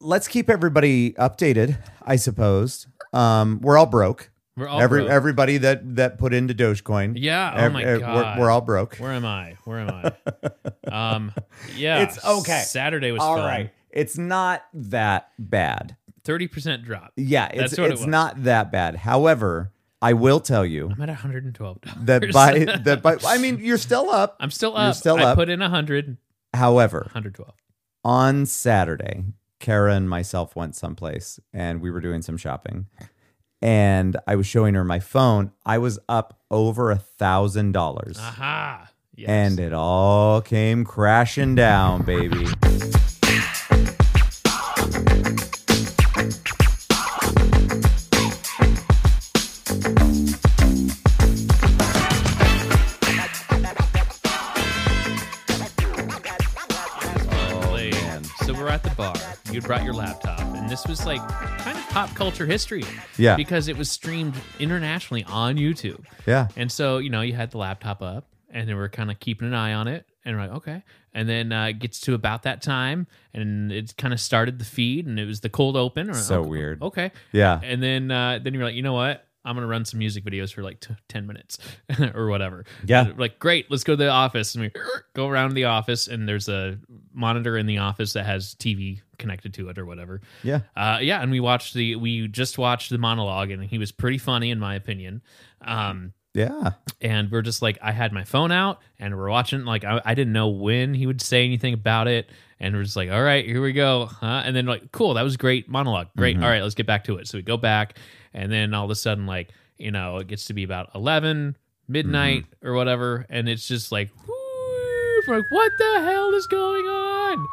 let's keep everybody updated. I suppose um, we're all broke. We're all Every broke. everybody that that put into Dogecoin. Yeah. Oh ev- my ev- God. We're, we're all broke. Where am I? Where am I? um, yeah. It's okay. Saturday was all fun. right. It's not that bad. Thirty percent drop. Yeah, it's That's what it it's was. not that bad. However, I will tell you I'm at 112. that by that by I mean you're still up. I'm still You're up. still I up. put in 100. However, 112. on Saturday, Kara and myself went someplace and we were doing some shopping. And I was showing her my phone. I was up over a thousand dollars. Ah. Aha. Yes. And it all came crashing down, baby. Play. man. So we're at the bar. You brought your laptop, and this was like kind of pop culture history. Yeah. Because it was streamed internationally on YouTube. Yeah. And so, you know, you had the laptop up and then we're kind of keeping an eye on it. And we're like, okay. And then uh, it gets to about that time and it kind of started the feed and it was the cold open. Or, So okay, weird. Okay. Yeah. And then uh, then you're like, you know what? I'm going to run some music videos for like t- 10 minutes or whatever. Yeah. And we're like, great. Let's go to the office. And we go around the office and there's a monitor in the office that has TV connected to it or whatever. Yeah. Uh, yeah, and we watched the we just watched the monologue, and he was pretty funny in my opinion. Um, Yeah. and we're just like, I had my phone out, and we're watching. Like, I, I didn't know when he would say anything about it, and we're just like, all right, here we go. Huh? And then like, cool, that was great monologue, great. Mm-hmm. All right, let's get back to it. So we go back, and then all of a sudden, like, you know, it gets to be about eleven midnight Mm-hmm. or whatever, and it's just like, whoop, like, what the hell is going on?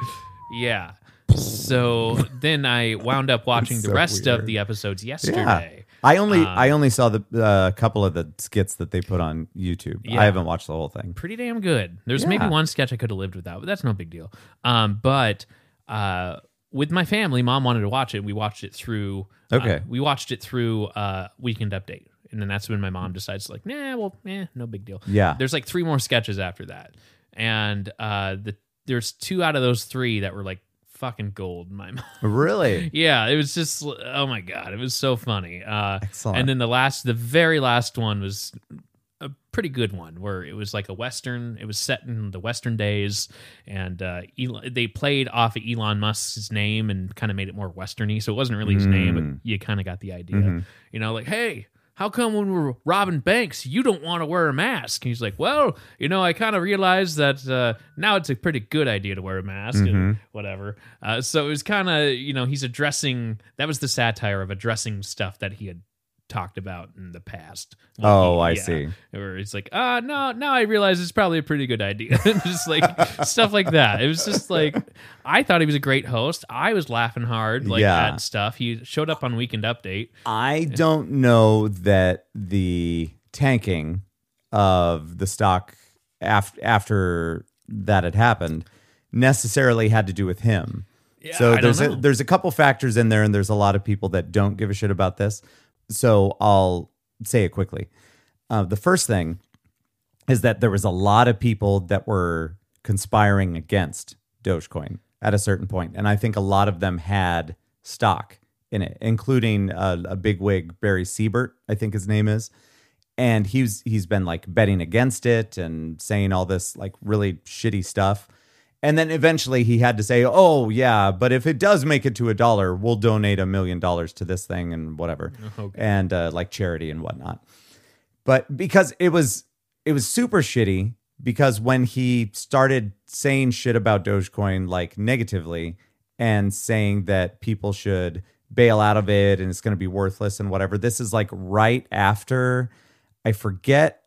Yeah. So then I wound up watching the so rest of weird. the episodes Yeah. yesterday. I only I only saw the uh, couple of the skits that they put on YouTube. Yeah. I haven't watched the whole thing. pretty damn good. There's maybe Yeah. one sketch I could have lived without, but that's no big deal. Um, but uh, with my family, mom wanted to watch it. We watched it through. uh, Okay. we watched it through uh, Weekend Update, and then that's when my mom decides, like, nah, well, eh, no big deal. Yeah. There's like three more sketches after that, and uh, the there's two out of those three that were like fucking gold in my mind. Really? Yeah, it was just oh my god, it was so funny. Uh, Excellent. And then the last, the very last one was a pretty good one where it was like a western. It was set in the western days, and uh, Elon, they played off of Elon Musk's name and kind of made it more westerny. So it wasn't really his name, Mm. but you kind of got the idea. You know, like hey. How come when we're robbing banks, you don't want to wear a mask? And he's like, "Well, you know, I kind of realized that uh, now it's a pretty good idea to wear a mask." And whatever. Uh, so it was kind of, you know, he's addressing that was the satire of addressing stuff that he had talked about in the past. Oh, Like, I yeah. see. Where it's like, ah, no, now I realize it's probably a pretty good idea. just like stuff like that. It was just like, I thought he was a great host. I was laughing hard, like Yeah. at stuff. He showed up on Weekend Update. I don't know that the tanking of the stock after after that had happened necessarily had to do with him. Yeah, I so don't there's a, know. there's a couple factors in there, and there's a lot of people that don't give a shit about this. So I'll say it quickly. Uh, the first thing is that there was a lot of people that were conspiring against Dogecoin at a certain point, and I think a lot of them had stock in it, including uh, a big wig Barry Siebert, I think his name is, and he's he's been like betting against it and saying all this like really shitty stuff. And then eventually he had to say, "Oh yeah, but if it does make it to a dollar, we'll donate a million dollars to this thing and whatever, and uh, like charity and whatnot." but because it was it was super shitty because when he started saying shit about dogecoin like negatively and saying that people should bail out of it and it's going to be worthless and whatever this is like right after i forget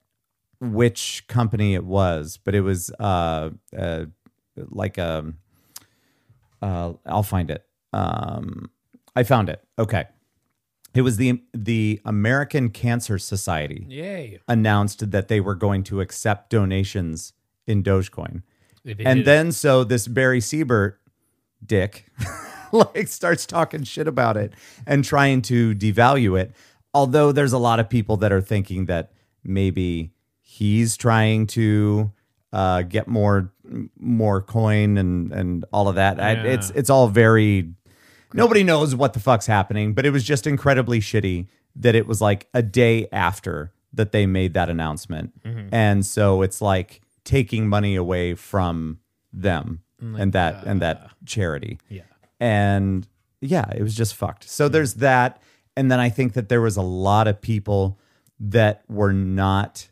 which company it was but it was uh, uh like um uh i'll find it um i found it okay it was the the american cancer society Yay. announced that they were going to accept donations in Dogecoin. If it And is- then so this Barry Siebert dick like starts talking shit about it and trying to devalue it. Although there's a lot of people that are thinking that maybe he's trying to uh, get more more coin and and all of that. I, it's it's all very Nobody knows what the fuck's happening, but it was just incredibly shitty that it was like a day after that they made that announcement. And so it's like taking money away from them and that and that charity. Yeah. And yeah, it was just fucked. So there's that and then I think that there was a lot of people that were not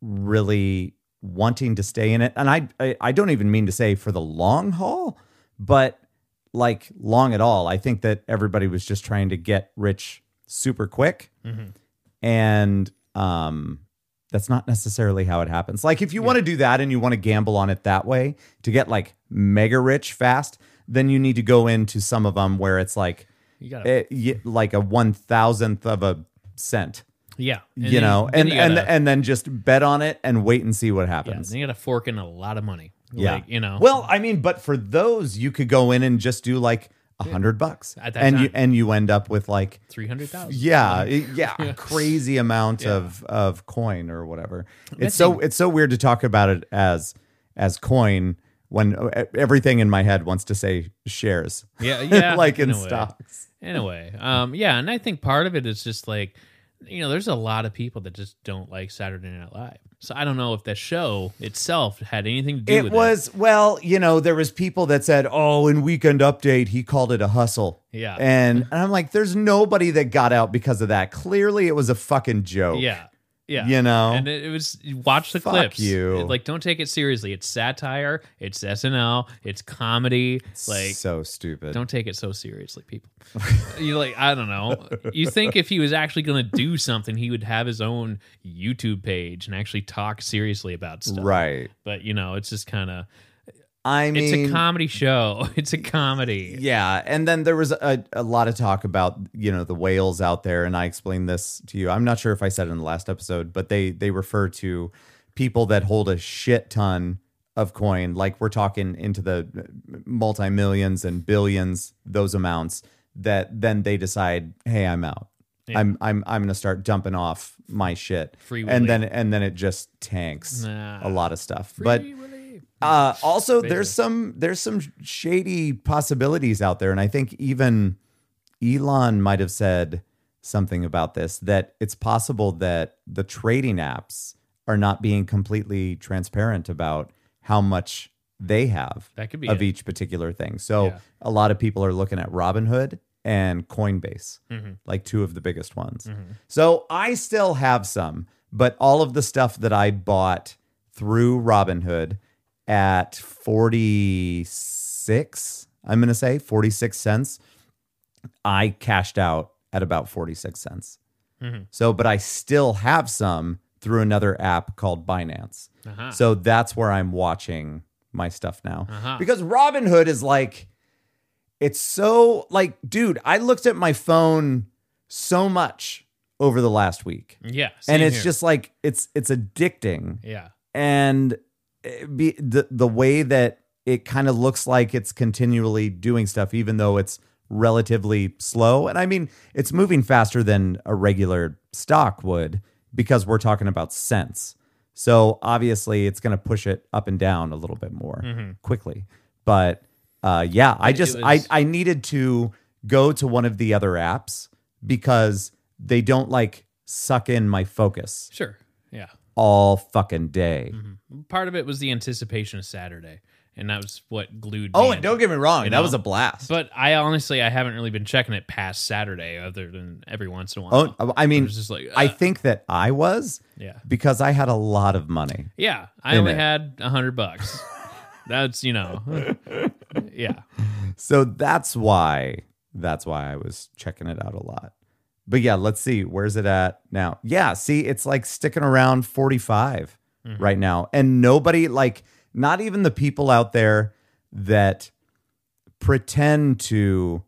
really wanting to stay in it and I, I i don't even mean to say for the long haul but like long at all i think that everybody was just trying to get rich super quick and um that's not necessarily how it happens like if you want to do that and you want to gamble on it that way to get like mega rich fast then you need to go into some of them where it's like You gotta, eh, y- like a one thousandth of a cent yeah, And you then- know then and you and gotta- and then just bet on it and wait and see what yeah, happens then you got to fork in a lot of money. Yeah. like, you know, well i mean but for those you could go in and just do like a hundred bucks At that and you time. and you end up with like three hundred thousand. yeah it- yeah, a crazy amount of of coin or whatever it's so it's so weird to talk about it as as coin when uh, everything in my head wants to say shares Yeah, yeah, like in a way. stocks Anyway, um, yeah, and I think part of it is just like, you know, there's a lot of people that just don't like Saturday Night Live. So I don't know if the show itself had anything to do it with was well you know there was people that said oh in weekend update he called it a hustle Yeah. and, and i'm like there's nobody that got out because of that clearly it was a fucking joke Yeah. Yeah. You know? And it, it was you watch the Fuck clips. you. It- like don't take it seriously. It's satire, it's SNL, it's comedy. Like so stupid don't take it so seriously, people. you like I don't know. You think if he was actually going to do something, he would have his own YouTube page and actually talk seriously about stuff. right But you know, it's just kind of i mean it's a comedy show. It's a comedy. Yeah, and then there was a, a lot of talk about you know the whales out there, and I explained this to you. I'm not sure if I said it in the last episode, but they they refer to people that hold a shit ton of coin, like we're talking into the multi millions and billions, those amounts. That then they decide, hey, I'm out. Yeah. I'm I'm I'm gonna start dumping off my shit, Free Willy. and then and then it just tanks Nah. a lot of stuff. but Free Willy. uh, also, there's some there's some shady possibilities out there, and I think even Elon might have said something about this that it's possible that the trading apps are not being completely transparent about how much they have That could be of it. each particular thing. So Yeah. a lot of people are looking at Robinhood and Coinbase, Mhm. like two of the biggest ones. Mhm. So I still have some, but all of the stuff that I bought through Robinhood at 46, I'm going to say 46 cents, I cashed out at about 46 cents. Mhm. So, but I still have some through another app called Binance. Uh-huh. So that's where I'm watching my stuff now. Uh-huh. Because Robinhood is like, it's so like, dude, I looked at my phone so much over the last week. yeah. and same it's here. just like it's it's addicting. yeah. And it be, the the way that it kind of looks like it's continually doing stuff, even though it's relatively slow. And I mean, it's moving faster than a regular stock would because we're talking about cents. So obviously, it's going to push it up and down a little bit more quickly. But uh, yeah, I just was- I I needed to go to one of the other apps because they don't like suck in my focus Sure. Yeah. all fucking day. Part of it was the anticipation of Saturday, and that was what glued. Oh, me and in. don't get me wrong, that know? was a blast. But I honestly, I haven't really been checking it past Saturday, other than every once in a while. oh, I it mean, was just like I uh, think that I was yeah, because I had a lot of money. yeah. I in only it. had a hundred bucks. That's you know, yeah. So that's why that's why I was checking it out a lot. But yeah, let's see where's it at now. Yeah, see it's like sticking around 45 right now and nobody like not even the people out there that pretend to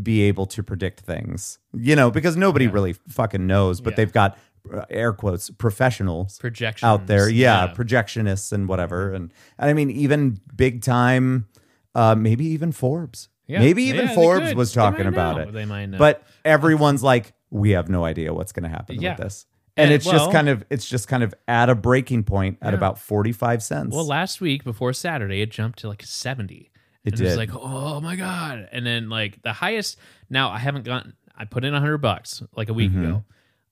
be able to predict things. You know, because nobody really fucking knows, but Yeah. they've got uh, air quotes professionals Projections out there. Yeah, yeah. projectionists and whatever. And, and I mean, even big time, uh, maybe even Forbes. Yeah. Maybe even Yeah, they Forbes could. was They might talking about know. it. They might know. But everyone's like, we have no idea what's going to happen Yeah. with this. And, And- it's just well- kind of it's just kind of at a breaking point at about 45 cents. Well, last week before Saturday, it jumped to like 70. It and did. it's like, oh my god! And then like the highest. Now I haven't gotten. I put in hundred bucks like a Mm-hmm. week ago.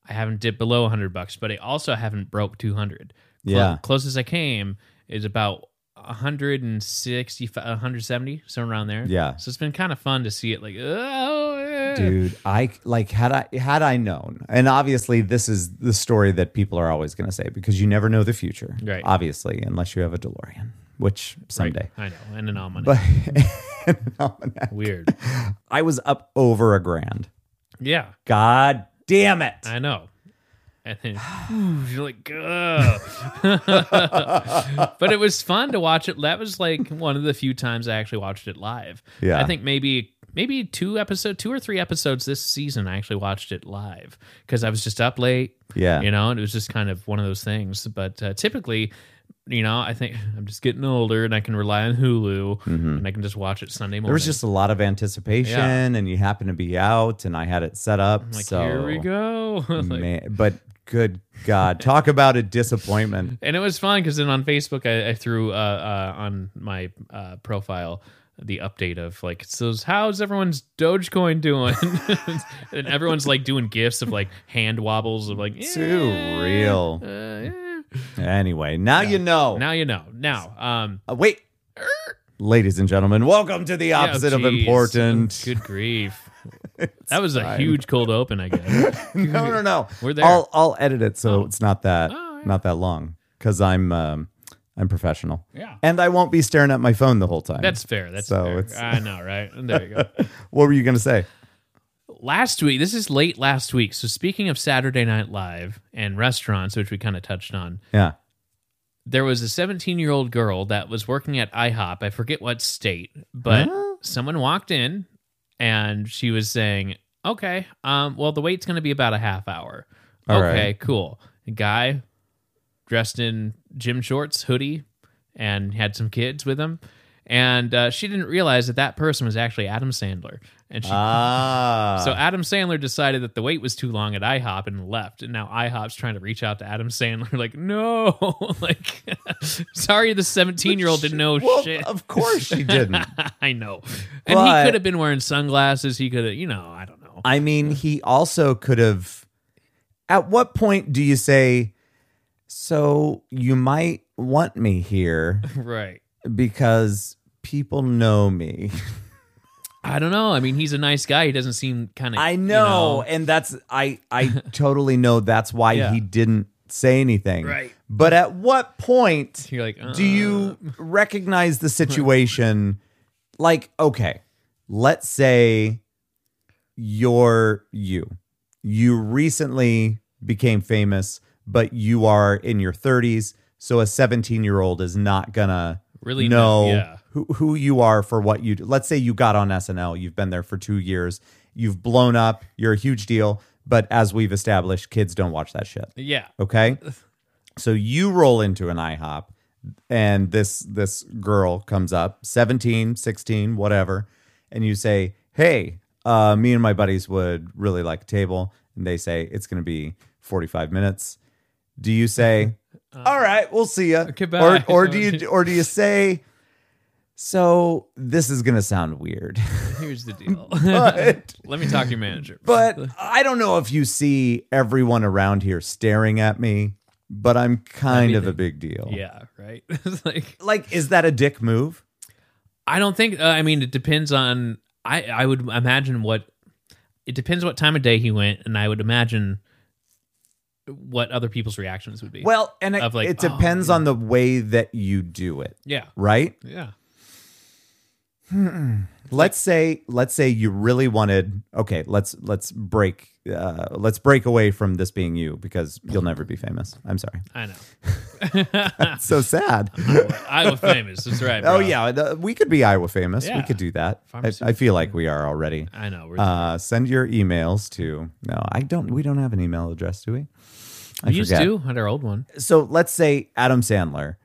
I haven't dipped below hundred bucks, but I also haven't broke two hundred. Yeah. closest I came is about. 165 170 somewhere around there Yeah. so it's been kind of fun to see it like oh eh. dude i like had i had i known and obviously this is the story that people are always going to say because you never know the future Right. obviously unless you have a delorean which someday i know and an almanac but weird i was up over a grand yeah god damn it I know. And then you're like, "Ugh." but it was fun to watch it. That was like one of the few times I actually watched it live. Yeah. I think maybe maybe two episode, two or three episodes this season. I actually watched it live because I was just up late. Yeah. you know, and it was just kind of one of those things. But uh, typically. You know, I think I'm just getting older, and I can rely on Hulu, and I can just watch it Sunday morning. Mm-hmm. there was just a lot of anticipation Yeah. and you happen to be out and i had it set up like, so here we go. Like, man, but good god talk about a disappointment and it was fun because then on Facebook I, I threw uh, uh, on my uh, profile the update of like so how's everyone's Dogecoin doing, and everyone's like doing gifs of like hand wobbles of like Too "Yeah, real. uh, yeah." anyway now you know Now you know. Now, um, Uh, wait. Ladies and gentlemen, welcome to the yeah, opposite of geez. important. Good grief. That was a huge cold open, I guess. no, no, no. We're there. Oh. I'll I'll edit it so it's not that all right. not that long because I'm um, I'm professional. Yeah. and I won't be staring at my phone the whole time. That's fair. That's So fair. it's- I know, right? There you go. what were you gonna say? last week this is late last week so speaking of saturday night live and restaurants which we kind of touched on Yeah, there was a 17 year old girl that was working at ihop i forget what state but Huh? someone walked in and she was saying okay um, well the wait's going to be about a half hour All okay right. cool a guy dressed in gym shorts hoodie and had some kids with him and uh, she didn't realize that that person was actually adam sandler and she ah, so Adam Sandler decided that the wait was too long at IHOP and left, and now IHOP's trying to reach out to Adam Sandler, like, no, like, sorry, the seventeen-year-old didn't know well, shit. of course she didn't. I know, and But- he could have been wearing sunglasses. He could have, you know, I don't know. I mean, he also could have. At what point do you say? So you might want me here Right? because people know me. I don't know. I mean, he's a nice guy. He doesn't seem kind of. I know, and that's I I totally know that's why Yeah. he didn't say anything. Right. But at what point You're like, "Uh, do you recognize the situation? like, okay, let's say you're you. You recently became famous, but you are in your 30s, so a 17-year-old is not gonna Really know know, yeah. who, who you are for what you do. Let's say you got on SNL, you've been there for two years, you've blown up, you're a huge deal, but as we've established, kids don't watch that shit. Yeah. Okay. So you roll into an IHOP and this this girl comes up, 17, 16, whatever, and you say, "Hey, uh, me and my buddies would really like a table." And they say, "It's going to be 45 minutes." Do you say, "All right, we'll see you," goodbye. Or or do you or do you say, "So, this is going to sound weird." Here's the deal. But- Let me talk to your manager. But I don't know if you see everyone around here staring at me, but I'm kind of a big deal. yeah. Right. it's like. Like, is that a dick move? I don't think. Uh, I mean, it depends on. I I would imagine what. It depends what time of day he went, and I would imagine what other people's reactions would be. Well, and it, Of like, it oh, depends on the way that you do it, yeah, right? yeah, let's say let's say you really wanted okay let's let's break uh let's break away from this being you because you'll never be famous i'm sorry I know. so sad Iowa famous. That's right. oh bro. yeah the- we could be iowa famous we Yeah. could do that I, Pharmaceutical I feel like we are already I know. We're, uh send your emails to no i don't we don't have an email address do we I we used to at our old one. so let's say Adam Sandler,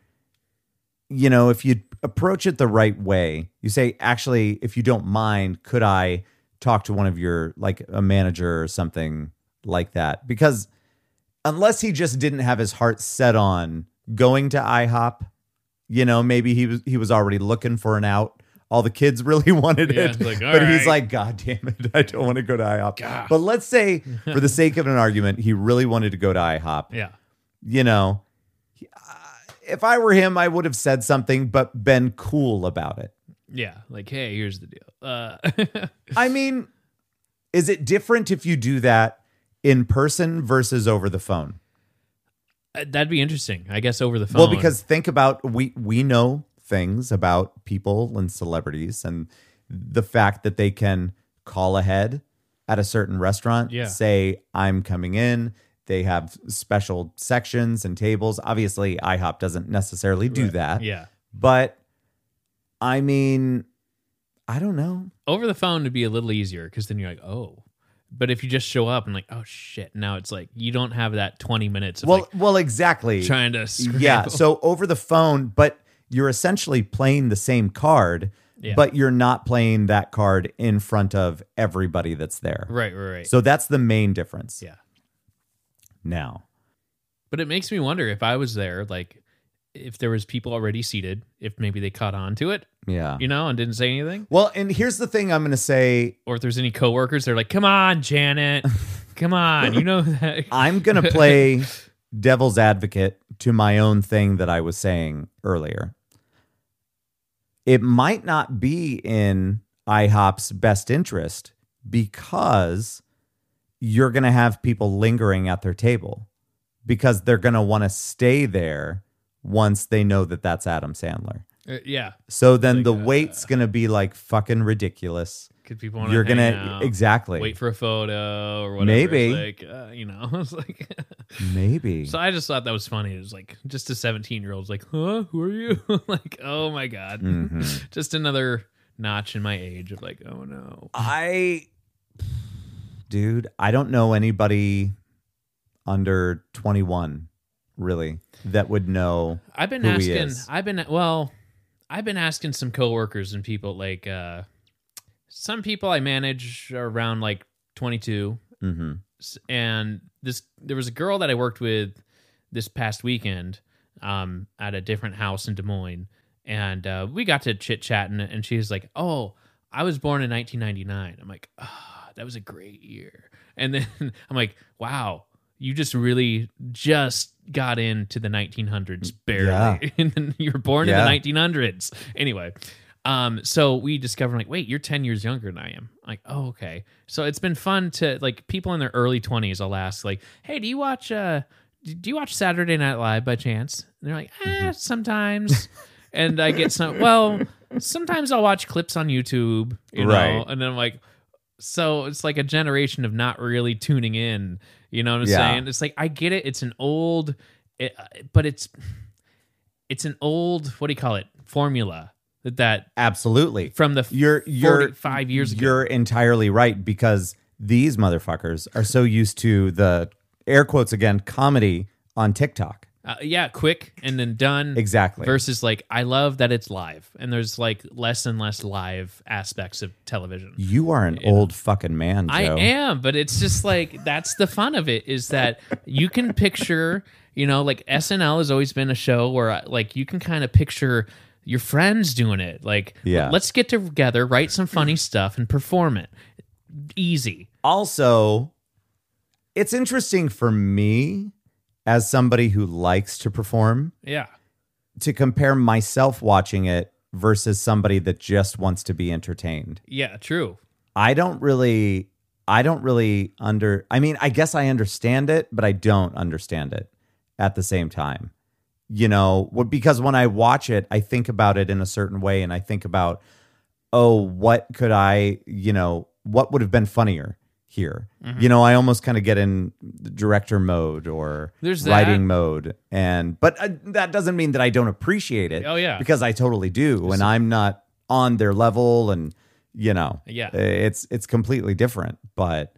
you know, if you approach it the right way, you say, actually, if you don't mind, could I talk to one of your, like a manager or something like that? Because unless he just didn't have his heart set on going to IHOP, you know, maybe he was he was already looking for an out all the kids really wanted Yeah, it. it's like, all but he's right. like, God damn it, I don't want to go to IHOP. Gah. But let's say, for the sake of an argument, he really wanted to go to IHOP Yeah. you know, he- I- if I were him, I would have said something, but been cool about it. Yeah. Like, hey, here's the deal. Uh, I mean, is it different if you do that in person versus over the phone? that'd be interesting. I guess over the phone. Well, because think about we we know things about people and celebrities and the fact that they can call ahead at a certain restaurant, Yeah. say I'm coming in. They have special sections and tables. Obviously, IHOP doesn't necessarily do that. yeah, But I mean, I don't know. over the phone would be a little easier because then you're like, oh. But if you just show up and like, oh shit, now it's like you don't have that 20 minutes of Well, like well, exactly. trying to. Scramble. Yeah. So over the phone, but you're essentially playing the same card, Yeah. but you're not playing that card in front of everybody that's there. right, right, right. So that's the main difference. yeah. Now, But it makes me wonder if I was there, like if there was people already seated, if maybe they caught on to it, yeah. you know, and didn't say anything, Well, and here's the thing I'm going to say. or if there's any coworkers, they're like, "Come on, Janet, come on," you know that. I'm going to play devil's advocate to my own thing that I was saying earlier. It might not be in IHOP's best interest because you're going to have people lingering at their table because they're going to want to stay there once they know that that's Adam Sandler. Uh, yeah, So then Like, the uh, wait's going to be like fucking ridiculous. because people want you're going gonna to exactly wait for a photo or whatever. Maybe. It's like uh, you know, it's like. maybe. so I just thought that was funny. It was like just a 17 year old's like, "Huh? Who are you?" like, oh my god, Mhm. just another notch in my age of like, oh no. I, dude, I don't know anybody under 21 really that would know. I've been who he asking. is. I've been well. I've been asking some coworkers and people like uh, some people I manage are around like 22, hmm S- and this there was a girl that I worked with this past weekend um, at a different house in Des Moines, and uh, we got to chit chatting, and she's like, "Oh, I was born in 1999." I'm like, "Ah, that was a great year," and then I'm like, "Wow." You just really just got into the 1900s barely, Yeah. and then you were born Yeah. in the 1900s. Anyway, um, so we discovered like, wait, you're 10 years younger than I am. Like, oh, okay. So it's been fun to like people in their early 20s. I'll ask like, hey, do you watch uh, d- do you watch Saturday Night Live by chance? And they're like, ah, Mm-hmm. sometimes. and I get some. Well, sometimes I'll watch clips on YouTube, you know, Right. and then I'm like. So it's like a generation of not really tuning in, you know what I'm Yeah. saying? It's like I get it. It's an old, it, uh, but it's it's an old what do you call it formula that that Absolutely. from the You're, you're, 45 years ago. you're entirely right because these motherfuckers are so used to the air quotes again comedy on TikTok. uh, yeah quick and then done Exactly. versus like i love that it's live and there's like less and less live aspects of television you are an old fucking man, Joe. I am, but it's just like that's the fun of it is that you can picture, you know, like SNL has always been a show where uh, like you can kind of picture your friends doing it. Like, Yeah. let's get together, write some funny stuff, and perform it. Easy. also it's interesting for me as somebody who likes to perform Yeah. to compare myself watching it versus somebody that just wants to be entertained. Yeah. True. I don't really I don't really under I mean I guess I understand it, but I don't understand it at the same time. You know, wh- because when I watch it, I think about it in a certain way and I think about oh, what could I, you know, what would have been funnier here? Mm-hmm. You know, I almost kind of get in director mode or There's that. writing mode and but uh, that doesn't mean that I don't appreciate it Oh, yeah. because I totally do and I'm not on their level and you know Yeah. it's it's completely different but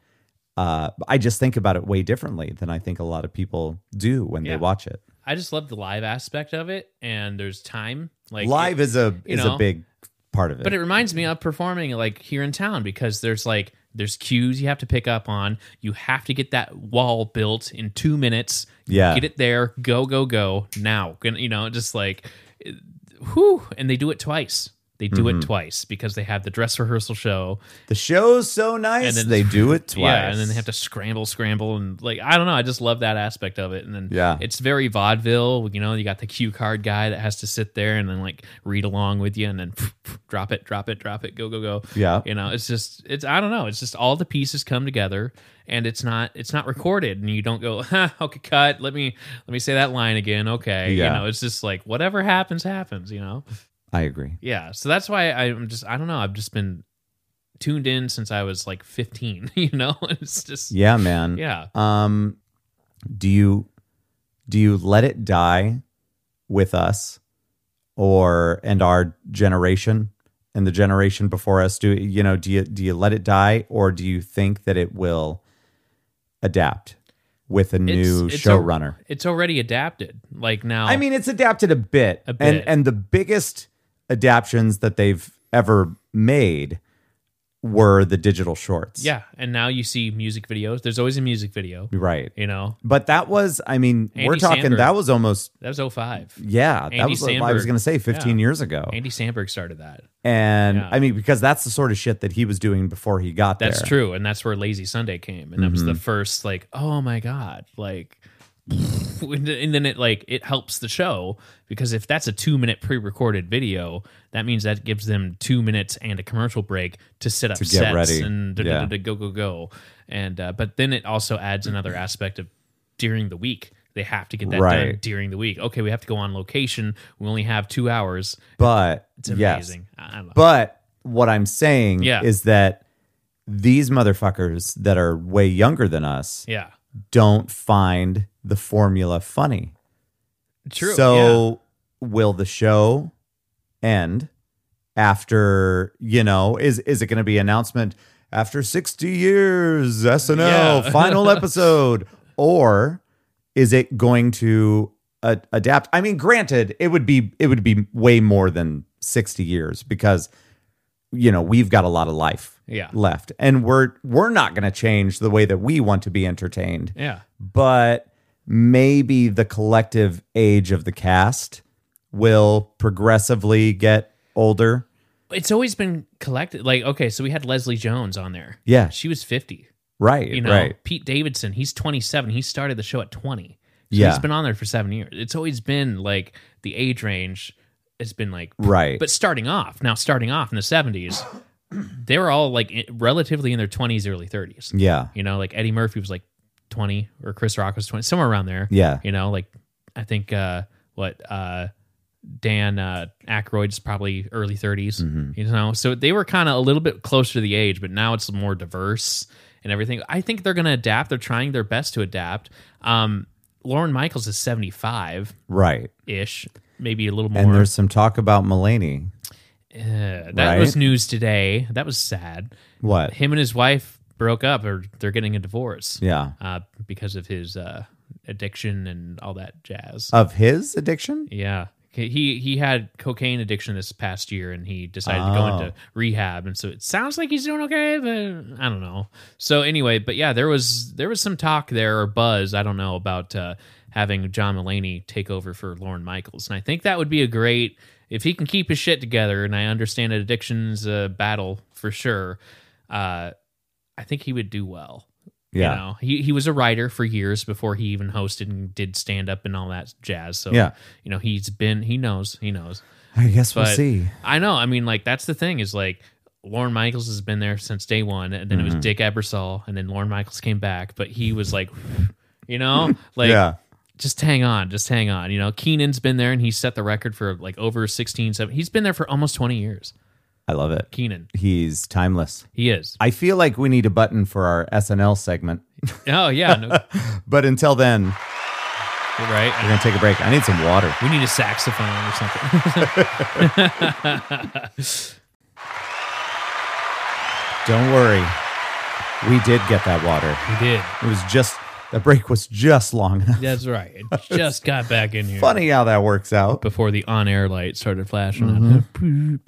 uh I just think about it way differently than I think a lot of people do when Yeah. they watch it I just love the live aspect of it, and there's time. Like live is. is a you is know, a big part of it But it reminds me of performing like here in town because there's like there's cues you have to pick up on. You have to get that wall built in two minutes. Yeah. get it there. Go go go now. Gonna- You know, just like, whew. And they do it twice. They do Mm-hmm. it twice because they have the dress rehearsal show. The show's so nice. And then- they do it twice. Yeah, and then they have to scramble, scramble, and like I don't know. I just love that aspect of it. And then Yeah. it's very vaudeville. You know, you got the cue card guy that has to sit there and then like read along with you, and then drop it, drop it, drop it, go, go, go. Yeah. you know, it's just it's I don't know. It's just all the pieces come together, and it's not it's not recorded, and you don't go, huh, okay, cut. Let me let me say that line again. Okay, Yeah. you know, it's just like whatever happens, happens. You know. I agree. Yeah, so that's why I'm just I don't know. I've just been tuned in since I was like 15. You know, it's just Yeah, yeah. man. Um, do you do you let it die with us or and our generation and the generation before us? Do you know? Do you do you let it die or do you think that it will adapt with a new it's a- showrunner? It's already adapted. Like now, I mean, it's adapted a bit, A bit. and and the biggest adaptions that they've ever made were the digital shorts. yeah. And now you see music videos. There's always a music video. right. You know, But that was, I mean, we're Andy talking. Samberg. That was almost that was 05. Yeah, that Andy was what I was Samberg. going to say 15 Yeah. years ago. Andy Sandberg started that. And Yeah. I mean, because that's the sort of shit that he was doing before he got That's there. Mm-hmm. true, and that's where Lazy Sunday came, and that was the first like, oh my god, like, and th- and then it like it helps the show because if that's a two minute pre recorded video, that means that gives them two minutes and a commercial break to set up To get sets ready. and da- Yeah. da- da- da- go go go, and uh, but then it also adds another aspect of during the week. They have to get that done Right. during the week. Okay, we have to go on location. We only have two hours. But It's yes. amazing. I I don't know. But what I'm saying Yeah. is that these motherfuckers that are way younger than us yeah, don't find the formula funny. true. yeah. So will the show end after, you know, is is it going to be announcement after 60 years SNL Yeah. final episode or is it going to a- adapt? I mean, granted, it would be it would be way more than 60 years because you know, we've got a lot of life Yeah. left and we're we're not going to change the way that we want to be entertained yeah. but maybe the collective age of the cast will progressively get older. it's always been collected. Like, okay, so we had Leslie Jones on there. Yeah. She was 50. Right, You know, right. Pete Davidson, he's 27. He started the show at 20. So Yeah. He's been on there for seven years. It's always been like the age range has been like, Right. but starting off, now starting off in the 70s, they were all like i- relatively in their 20s, early 30s. yeah. You know, like Eddie Murphy was like 20 or Chris Rock was 20, somewhere around there. Yeah. You know, like I think uh what uh Dan uh Aykroyd's probably early 30s, Mm-hmm. you know. So they were kind of a little bit closer to the age, but now it's more diverse and everything. I think they're going to adapt. They're trying their best to adapt. Um Lauren Michaels is 75 Right. ish, maybe a little more. And there's some talk about Mulaney. Uh, that Right. was news today. That was sad. What? Him and his wife broke up or they're getting a divorce Yeah. uh, because of his uh, addiction and all that jazz. Of his addiction? yeah, he he had cocaine addiction this past year, and he decided to go Oh. into rehab. And so it sounds like he's doing okay, but I don't know. So anyway, but yeah, there was there was some talk there or buzz I don't know about uh, having John Mulaney take over for Lauren Michaels, and I think that would be a great if he can keep his shit together. And I understand that addiction's a battle for sure. Uh, I think he would do well. Yeah. You know, he, he was a writer for years before he even hosted and did stand up and all that jazz. So, Yeah. you know, he's been, he knows, he knows. I guess we'll But- see. I know. I mean, like, that's the thing is like, Lauren Michaels has been there since day one, and then it Mm-hmm. was Dick Ebersol, and then Lauren Michaels came back, but he was like, you know, like, yeah. just hang on, just hang on. You know, Keenan's been there and he set the record for like over 16, 17. He's been there for almost 20 years. I love it. Keenan, He's timeless. he is. I feel like we need a button for our SNL segment. Oh, yeah. No, But until then, you're right. we're going to take a break. I need some water. We need a saxophone or something. Don't worry. We did get that water. we did. It was just, the break was just long enough. That's right. It just got back in here. Funny how that works out. Before the on air light started flashing. I'm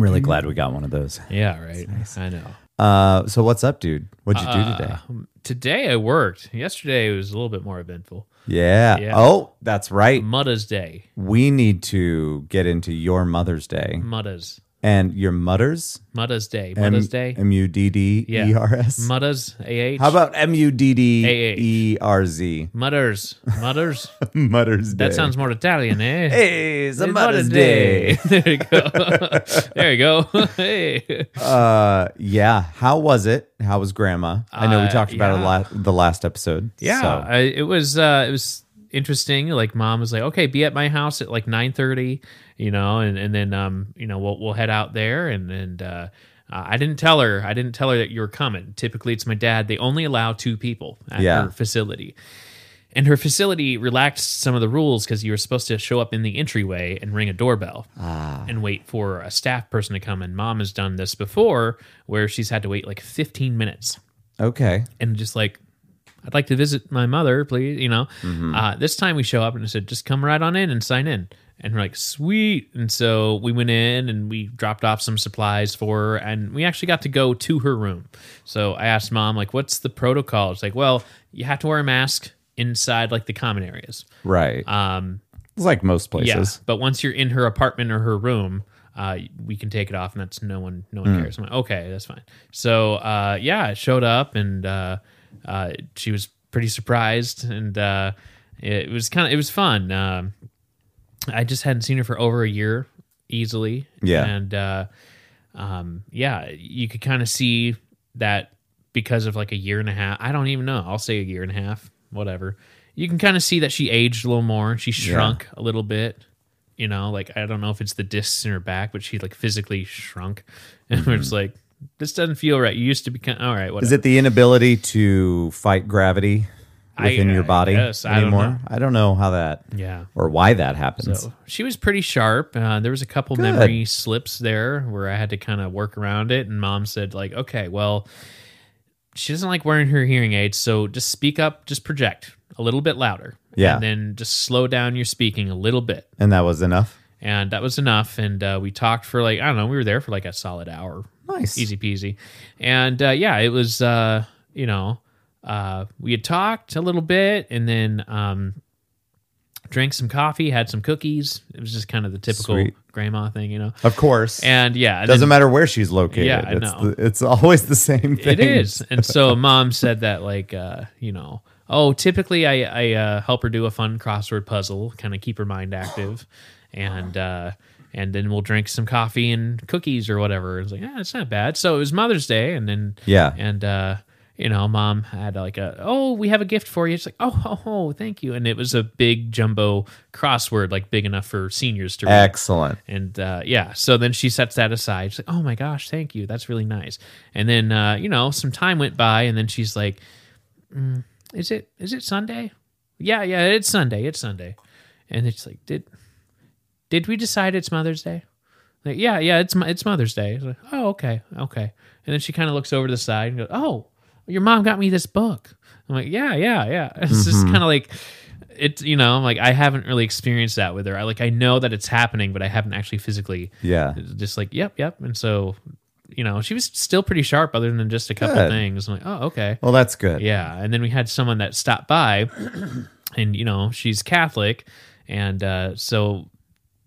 really glad we got one of those. Yeah, right. I know. Uh, so what's up, dude? What'd you do today? Um, today I worked. Yesterday was a little bit more eventful. Yeah. yeah. Oh, that's right. Mudda's Day. We need to get into your Mother's Day Mudda's. and your mutters. Mudda's Day. Mudda's M- Day. M U D D E R S. Mudda's AH. How about M U D D E R Z? Mudders. Mudders. Mutters Day. That sounds more Italian, eh? Hey, it's a Mother's Mudda's Day. there you go. there you go. hey. Uh, yeah. How was it? How was Grandma? I know we Uh, talked about yeah. it la- the last episode. Yeah, so. I, it was uh, it was interesting. Like mom was like, "Okay, be at my house at like nine thirty, you know, and and then um, you know, we'll we'll head out there." And and uh, uh, I didn't tell her, I didn't tell her that you were coming. Typically, it's my dad. They only allow two people at Yeah. her facility. And her facility relaxed some of the rules because you were supposed to show up in the entryway and ring a doorbell Ah. and wait for a staff person to come. And mom has done this before where she's had to wait like 15 minutes okay. and just like i'd like to visit my mother please you know uh, this time we show up and it said just come right on in and sign in and we're like sweet and so we went in and we dropped off some supplies for her and we actually got to go to her room so i asked mom like what's the protocol it's like well you have to wear a mask inside like the common areas Right. um it's like most yeah, places. but once you're in her apartment or her room, uh, we can take it off, and that's no one, no Hmm. one cares. I'm like, okay, that's fine. So, uh, yeah, I showed up, and uh, uh, she was pretty surprised, and uh, it was kind of, it was fun. Um, I just hadn't seen her for over a year, easily. Yeah. and uh, um, yeah, you could kind of see that because of like a year and a half. I don't even know. I'll say a year and a half, whatever. You can kind of see that she aged a little more. She shrunk a little bit. You know, like I don't know if it's the discs in her back, but she like physically shrunk, and we're just like, this doesn't feel right. You used to be kind. All right, whatever. Mm-hmm. Is it the inability to fight gravity I- within your I body guess. I don't anymore? know. I don't know how that yeah. or why that happens. So she was pretty sharp. Uh, there was a couple memory slips there where I had to kind of work around it. And mom said, like, okay, well, she doesn't like wearing her hearing aids, so just speak up, just project a little bit louder. Yeah. And then just slow down your speaking a little bit. and that was enough. And that was enough. And uh, we talked for like, I don't know, we were there for like a solid hour, Nice. easy peasy and uh, yeah it was uh, you know uh, we had talked a little bit and then um, drank some coffee had some cookies it was just kind of the typical Sweet. grandma thing you know Of course. and yeah and doesn't then- matter where she's located. Yeah, I it's, know. The, it's always the same thing. it is and so mom said that like uh, you know oh typically i, I uh, help her do a fun crossword puzzle kind of keep her mind active and uh, and then we'll drink some coffee and cookies or whatever it's like yeah it's not bad so it was mother's day and then Yeah. and uh you know mom had like a oh we have a gift for you it's like oh oh, oh thank you and it was a big jumbo crossword like big enough for seniors to read Excellent. and uh, yeah so then she sets that aside she's like oh my gosh thank you that's really nice and then uh, you know some time went by and then she's like "Mm, is it is it sunday yeah yeah it's sunday it's sunday and it's like did did we decide it's mother's day like yeah yeah it's Mo- it's mother's day It's like, oh okay okay and then she kind of looks over to the side and goes oh your mom got me this book i'm like yeah yeah yeah it's just kind of like it's you know i'm like i haven't really experienced that with her i like i know that it's happening but i haven't actually physically Yeah. it's just like yep yep and so you know she was still pretty sharp other than just a couple Good. things i'm like oh okay Well, that's good. yeah, and then we had someone that stopped by, and you know she's Catholic, and uh, so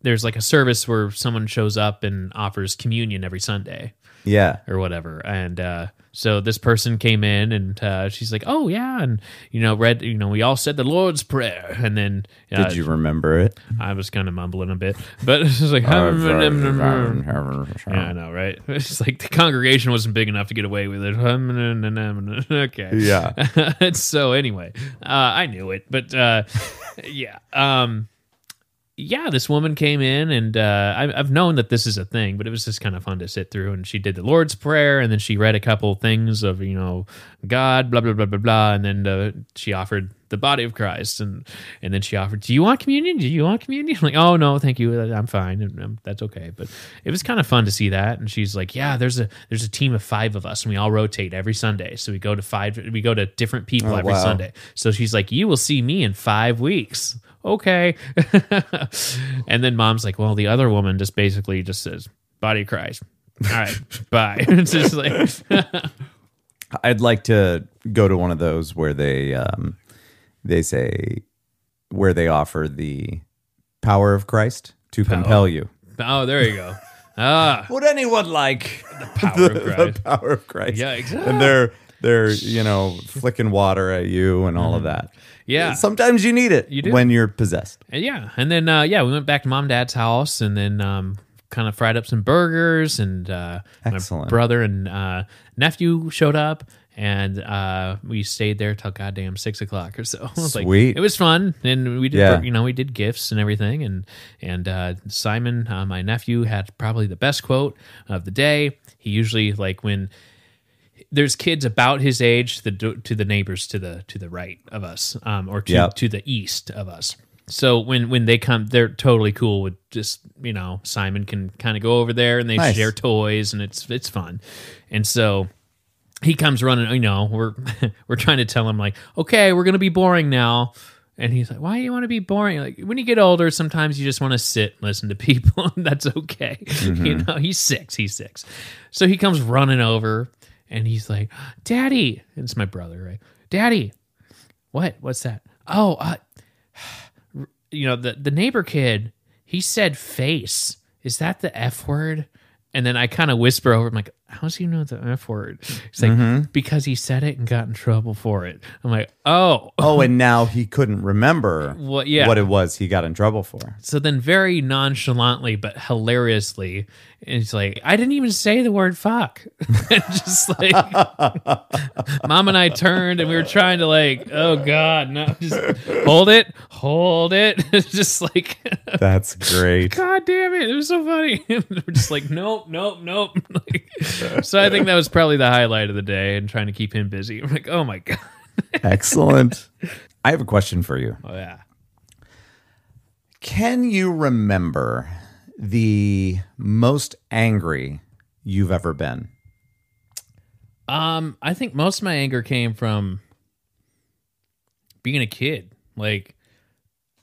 there's like a service where someone shows up and offers communion every Sunday Yeah. or whatever, and uh, so this person came in and uh, she's like, oh yeah, and you know read, you know we all said the Lord's prayer, and then uh, Did you remember it? I was kind of mumbling a bit, but it's just like. Yeah, I know, right? It's like the congregation wasn't big enough to get away with it. okay. Yeah. so anyway, uh, I knew it, but uh, yeah, um, yeah. This woman came in, and uh, I, I've known that this is a thing, but it was just kind of fun to sit through. And she did the Lord's Prayer, and then she read a couple things of you know God, blah blah blah blah blah, and then uh, she offered the body of Christ, and and then she offered, "Do you want communion? Do you want communion?" like, "Oh no, thank you, I'm fine, and, um, that's okay." But it was kind of fun to see that, and she's like, "Yeah, there's a there's a team of five of us, and we all rotate every Sunday, so we go to five, we go to different people every wow. Sunday." So she's like, "You will see me in five weeks." Okay, and then mom's like, "Well, the other woman just basically just says, body of Christ." All right, bye. it's just like, I'd like to go to one of those where they um, they say where they offer the power of Christ to compel you. oh, there you go. Ah, Would anyone like the power of Christ. the power of Christ? Yeah, exactly. And they're they're you know flicking water at you and all of that. Mm-hmm. Yeah. Sometimes you need it You do. when you're possessed. And yeah, and then uh, yeah, we went back to mom and dad's house, and then um, kind of fried up some burgers, and uh, my Excellent. brother and uh, nephew showed up, and uh, we stayed there till goddamn six o'clock or so. It was Sweet. it was fun, and we did Yeah. you know we did gifts and everything, and and uh, Simon, uh, my nephew, had probably the best quote of the day. He usually like when there's kids about his age to the to the neighbors to the to the right of us um or to, Yep. to the east of us so when when they come they're totally cool with just you know simon can kind of go over there and they Nice. share toys and it's it's fun and so he comes running you know we're we're trying to tell him like okay we're gonna be boring now and he's like why do you want to be boring like when you get older sometimes you just want to sit and listen to people and that's okay you know he's six he's six so he comes running over and he's like daddy and it's my brother right daddy what what's that oh uh, you know the the neighbor kid he said face is that the f word and then i kind of whisper over i'm like how does he know the f word he's like because he said it and got in trouble for it i'm like oh Oh, and now he couldn't remember Well, yeah. what it was he got in trouble for. so then very nonchalantly but hilariously it's like i didn't even say the word fuck and just like mom and i turned and we were trying to like oh god no just hold it hold it just like That's great. God damn it. It was so funny. And We're just like, nope, nope, nope. Like, so I think that was probably the highlight of the day and trying to keep him busy. I'm like, oh my God. Excellent. I have a question for you. Oh, yeah. Can you remember the most angry you've ever been? Um, I think most of my anger came from being a kid. Like,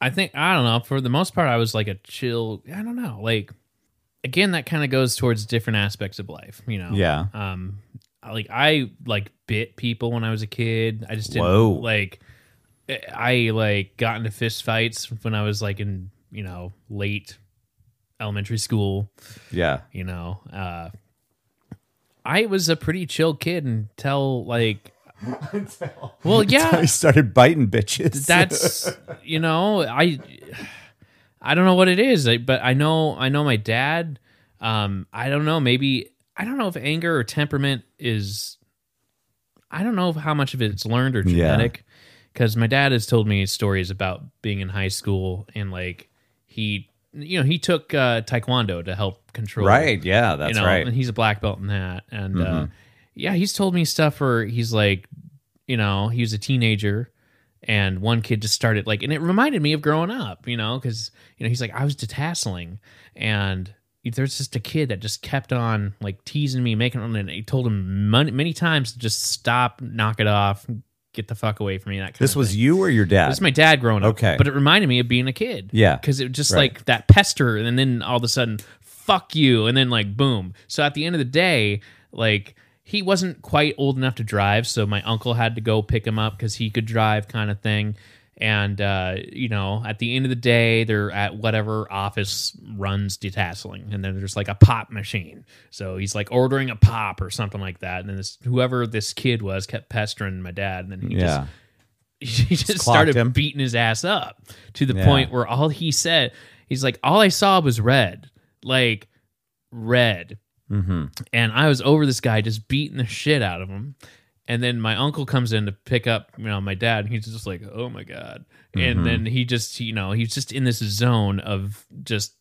I think, I don't know, for the most part, I was like a chill, I don't know. Like, again, that kind of goes towards different aspects of life, you know? Yeah. um I- like i like bit people when i was a kid i just didn't Whoa. like i like got into fist fights when i was like in you know late elementary school Yeah. you know uh i was a pretty chill kid until like well yeah I started biting bitches. that's you know i i don't know what it is I- but i know i know my dad um i don't know maybe i don't know if anger or temperament is i don't know how much of it's learned or genetic because my dad has told me stories about being in high school and like he you know he took uh taekwondo to help control right. Yeah, that's you know, right. Mm-hmm. And he's a black belt in that. And uh, yeah, he's told me stuff where he's like, you know, he was a teenager and one kid just started like, and it reminded me of growing up, you know, because, you know, he's like, I was detasseling and there's just a kid that just kept on like teasing me, making and he told him many, many times to just stop, knock it off, get the fuck away from me. That kind This of was thing. you or your dad? This is my dad growing up. Okay. But it reminded me of being a kid. Yeah. Because it was just Right. like that pester, and then all of a sudden, fuck you, and then like boom. So at the end of the day, like he wasn't quite old enough to drive, so my uncle had to go pick him up because he could drive, kind of thing. And uh, you know, at the end of the day, they're at whatever office runs detasseling, and then there's like a pop machine. So he's like ordering a pop or something like that. And then this whoever this kid was kept pestering my dad, and then he just yeah. he just clocked started him. beating his ass up to the Yeah. point where all he said, he's like, all I saw was red, like red. hmm And I was over this guy just beating the shit out of him. And then my uncle comes in to pick up, you know, my dad, and he's just like, oh my God. Mm-hmm. And then he just, you know, he's just in this zone of just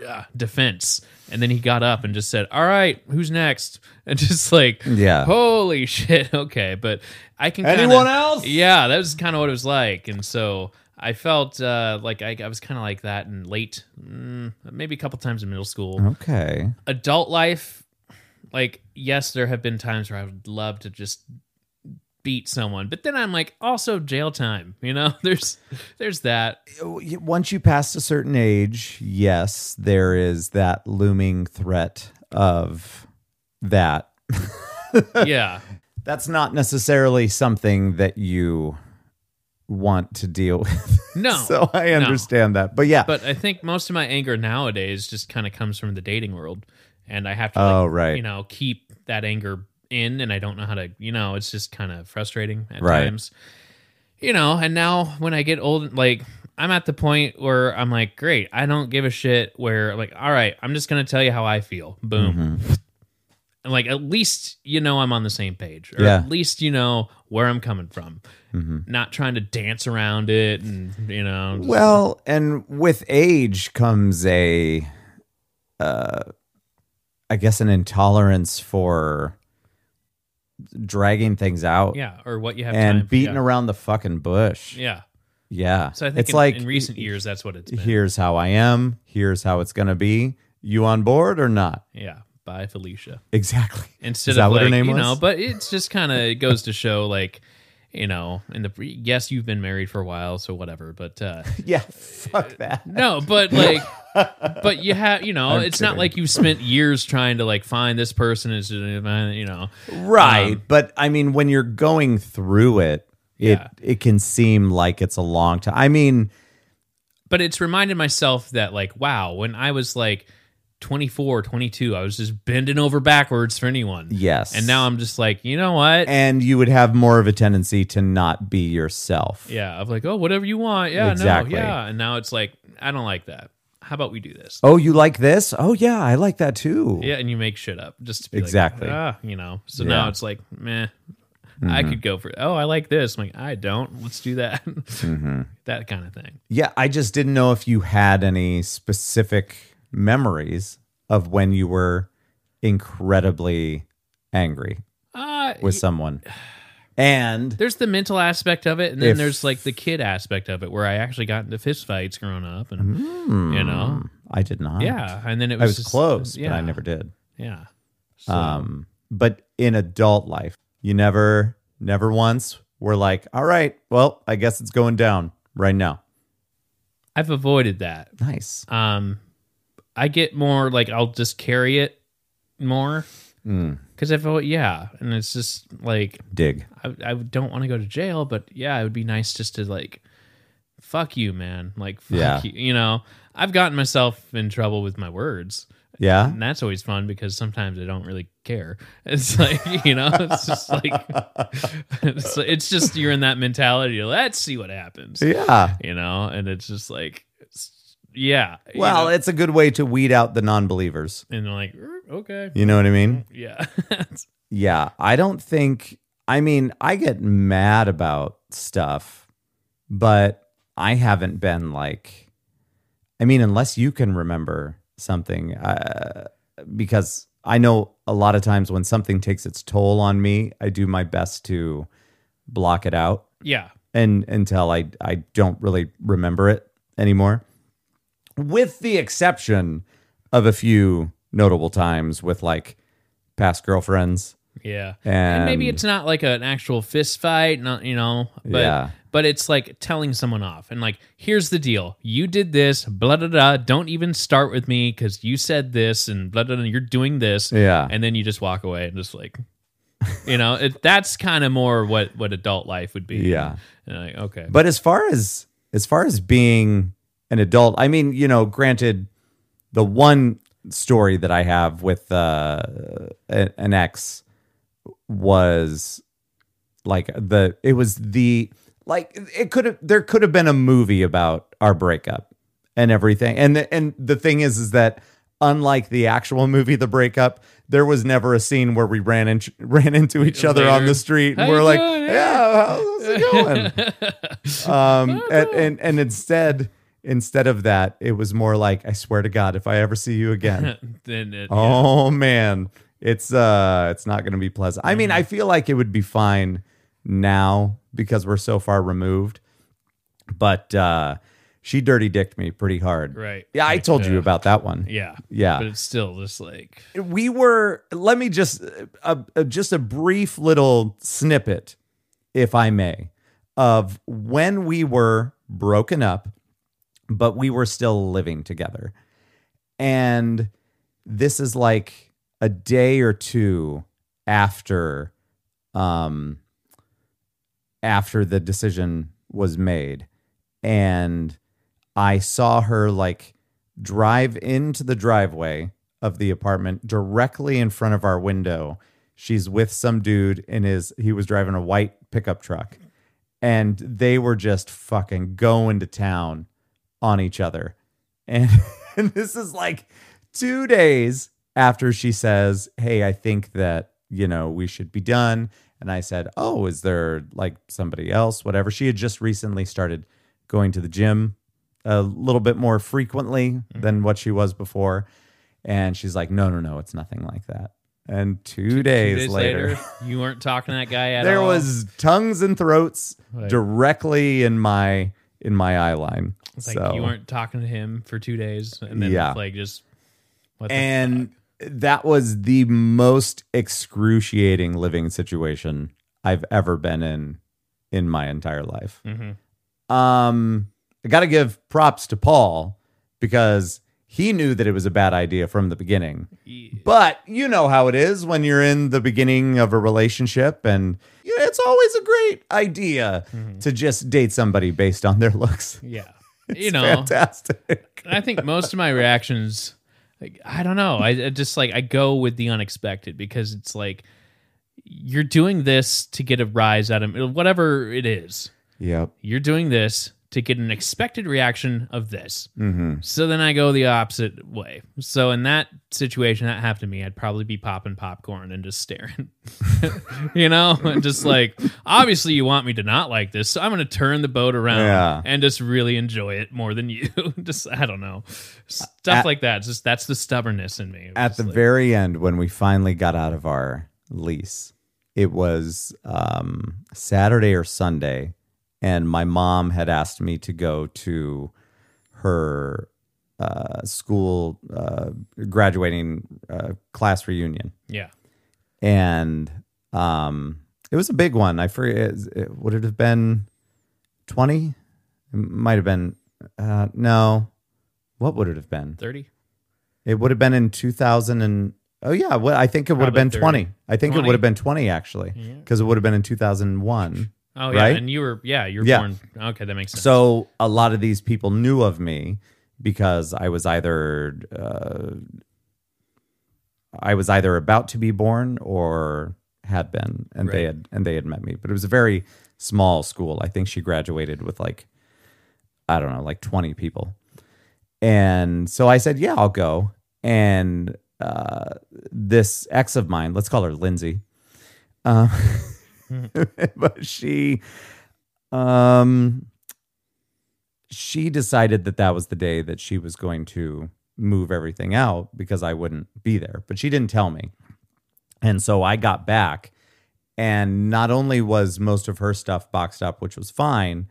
yeah, defense. And then he got up and just said, all right, who's next? And just like, Yeah. holy shit. Okay. But I can kinda- Anyone else? yeah, that was kind of what it was like, and so I felt uh, like I, I was kind of like that in late, mm, maybe a couple times in middle school. Okay. Adult life, like yes, there have been times where I would love to just beat someone, but then I'm like also jail time. You know, there's there's that. Once you pass a certain age, yes, there is that looming threat of that. Yeah, That's not necessarily something that you want to deal with. no. so I understand that. But yeah, But I think most of my anger nowadays just kind of comes from the dating world and I have to like, Oh, right. you know keep that anger in and I don't know how to you know it's just kind of frustrating at Right. times you know and now when I get old like I'm at the point where I'm like great I don't give a shit where like all right I'm just going to tell you how I feel boom Mm-hmm. and like at least you know I'm on the same page or Yeah. at least you know where I'm coming from Mm-hmm. not trying to dance around it and you know just- Well, and with age comes a, uh, I guess, an intolerance for dragging things out yeah or what you have time and for, beating yeah. around the fucking bush. Yeah, yeah so I think it's in, like in recent years that's what it's been Here's how I am. Here's how it's gonna be. You on board or not? yeah by Felicia Exactly. instead Is that of what like her name you was? know but it's just kind of goes to show like you know in the yes you've been married for a while so whatever but uh Yeah. Fuck that. no but like but you have you know it's not kidding. like you spent years trying to like find this person is you know Right. Um, but I mean, when you're going through it, Yeah. it it can seem like it's a long time. I mean, but it's reminded myself that like wow when i was like 24 22 i was just bending over backwards for anyone yes. and now i'm just like you know what and you would have more of a tendency to not be yourself. yeah i'm like oh whatever you want yeah Exactly. no yeah and now it's like i don't like that how about we do this Oh, you like this? Oh, yeah, I like that too. yeah and you make shit up just to be like, Exactly. ah, you know so now Yeah. Mm-hmm. it's like meh I could go for oh I like this I'm like I don't let's do that Mm-hmm. that kind of thing Yeah, I just didn't know if you had any specific memories of when you were incredibly angry uh, with someone. And there's the mental aspect of it, and then If- there's like the kid aspect of it, where I actually got into fist fights growing up, and Hmm, you know, I did not. yeah, and then it was I was just- close, yeah, but I never did. yeah. So, Um, but in adult life, you never, never once were like, all right, well, I guess it's going down right now. I've avoided that. Nice. Um, I get more like I'll just carry it more Mm, because I've al- yeah, and it's just like dig. I, I don't want to go to jail, but yeah, it would be nice just to like, fuck you, man. Like, fuck Yeah. you. You know, I've gotten myself in trouble with my words. Yeah. And that's always fun because sometimes I don't really care. It's like, you know, it's just like, it's, it's just you're in that mentality. Let's see what happens, Yeah. you know? And it's just like, it's- yeah. you Well, know? it's a good way to weed out the non believers. and they're like, "Er, okay. You know what I mean? Yeah. Yeah. I don't think, I mean, I get mad about stuff, but I haven't been like, I mean, unless you can remember something, uh, because I know a lot of times when something takes its toll on me, I do my best to block it out. yeah. and until I I don't really remember it anymore. With the exception of a few notable times with like past girlfriends Yeah. and, and maybe it's not like an actual fist fight, not you know, but Yeah. but it's like telling someone off and like, here's the deal: you did this, blah da da. Don't even start with me because you said this and blah da da. You're doing this, yeah. and then you just walk away and just like, you know, it, that's kind of more what what adult life would be. Yeah. And like, okay, But as far as as far as being an adult, I mean, you know, granted, the one story that I have with uh, a- an ex was like the it was the like it could have there could have been a movie about our breakup and everything and the, and the thing is is that unlike the actual movie the breakup there was never a scene where we ran in, ran into each other on Later. the street and How we're you like doing? eh?" yeah how's it going um, and, and and instead instead of that, it was more like, I swear to God, if I ever see you again, then it, oh man, it's uh, it's not gonna be pleasant. I mean, I feel like it would be fine now because we're so far removed, but uh, she dirty dicked me pretty hard. right? Yeah, I Like, told you uh, about that one. Yeah, Yeah but it's still just like, we were let me just a, a, just a brief little snippet if i may of when we were broken up but we were still living together and this is like a day or two after um after the decision was made and i saw her like drive into the driveway of the apartment directly in front of our window. She's with some dude in his, he was driving a white pickup truck. And they were just fucking going to town on each other. And, and this is like two days after she says, Hey, I think that, you know, we should be done. And I said, Oh, is there like somebody else? Whatever. She had just recently started going to the gym a little bit more frequently than what she was before. And she's like, No, no, no, it's nothing like that. And two, days, later, you weren't talking to that guy at there all. was tongues and throats Like- directly in my in my eye line. It's like so you weren't talking to him for two days, and then Yeah. like just what the and that was the most excruciating living situation I've ever been in in my entire life. Mhm. Um, I got to give props to Paul because he knew that it was a bad idea from the beginning. Ye- But you know how it is when you're in the beginning of a relationship, and you know, it's always a great idea Mm-hmm. to just date somebody based on their looks. yeah, It's you know. fantastic. And I think most of my reactions, like, I don't know, I, I just like I go with the unexpected because it's like you're doing this to get a rise out of whatever it is. Yep. You're doing this to get an expected reaction of this. Mm-hmm. So then I go the opposite way. So in that situation, that happened to me. I'd probably be popping popcorn and just staring, you know, and just like obviously you want me to not like this, so I'm gonna turn the boat around Yeah. and just really enjoy it more than you. just I don't know, stuff At- like that. It's just that's the stubbornness in me. It was At just the like, very end, when we finally got out of our lease, it was um, Saturday or Sunday, and my mom had asked me to go to her uh, school uh, graduating uh, class reunion, yeah, and um, it was a big one. I forget it, would it have been twenty? It might have been uh, no. What would it have been? thirty. It would have been in 2000 and oh yeah, well, I think it would have Probably been 20. I think it 20. would have been 20 actually because it would have been in 2001. Oh yeah, Right? and you were yeah you were Yeah. born. Okay, that makes sense. so a lot of these people knew of me because I was either uh, I was either about to be born or had been and they Right. had and they had met me. But it was a very small school. I think she graduated with like I don't know, like 20 people. And so I said, yeah, I'll go. And uh, this ex of mine, let's call her Lindsay. Um, Hmm. but she, um, she decided that that was the day that she was going to move everything out because I wouldn't be there, but she didn't tell me. And so I got back, and not only was most of her stuff boxed up, which was fine,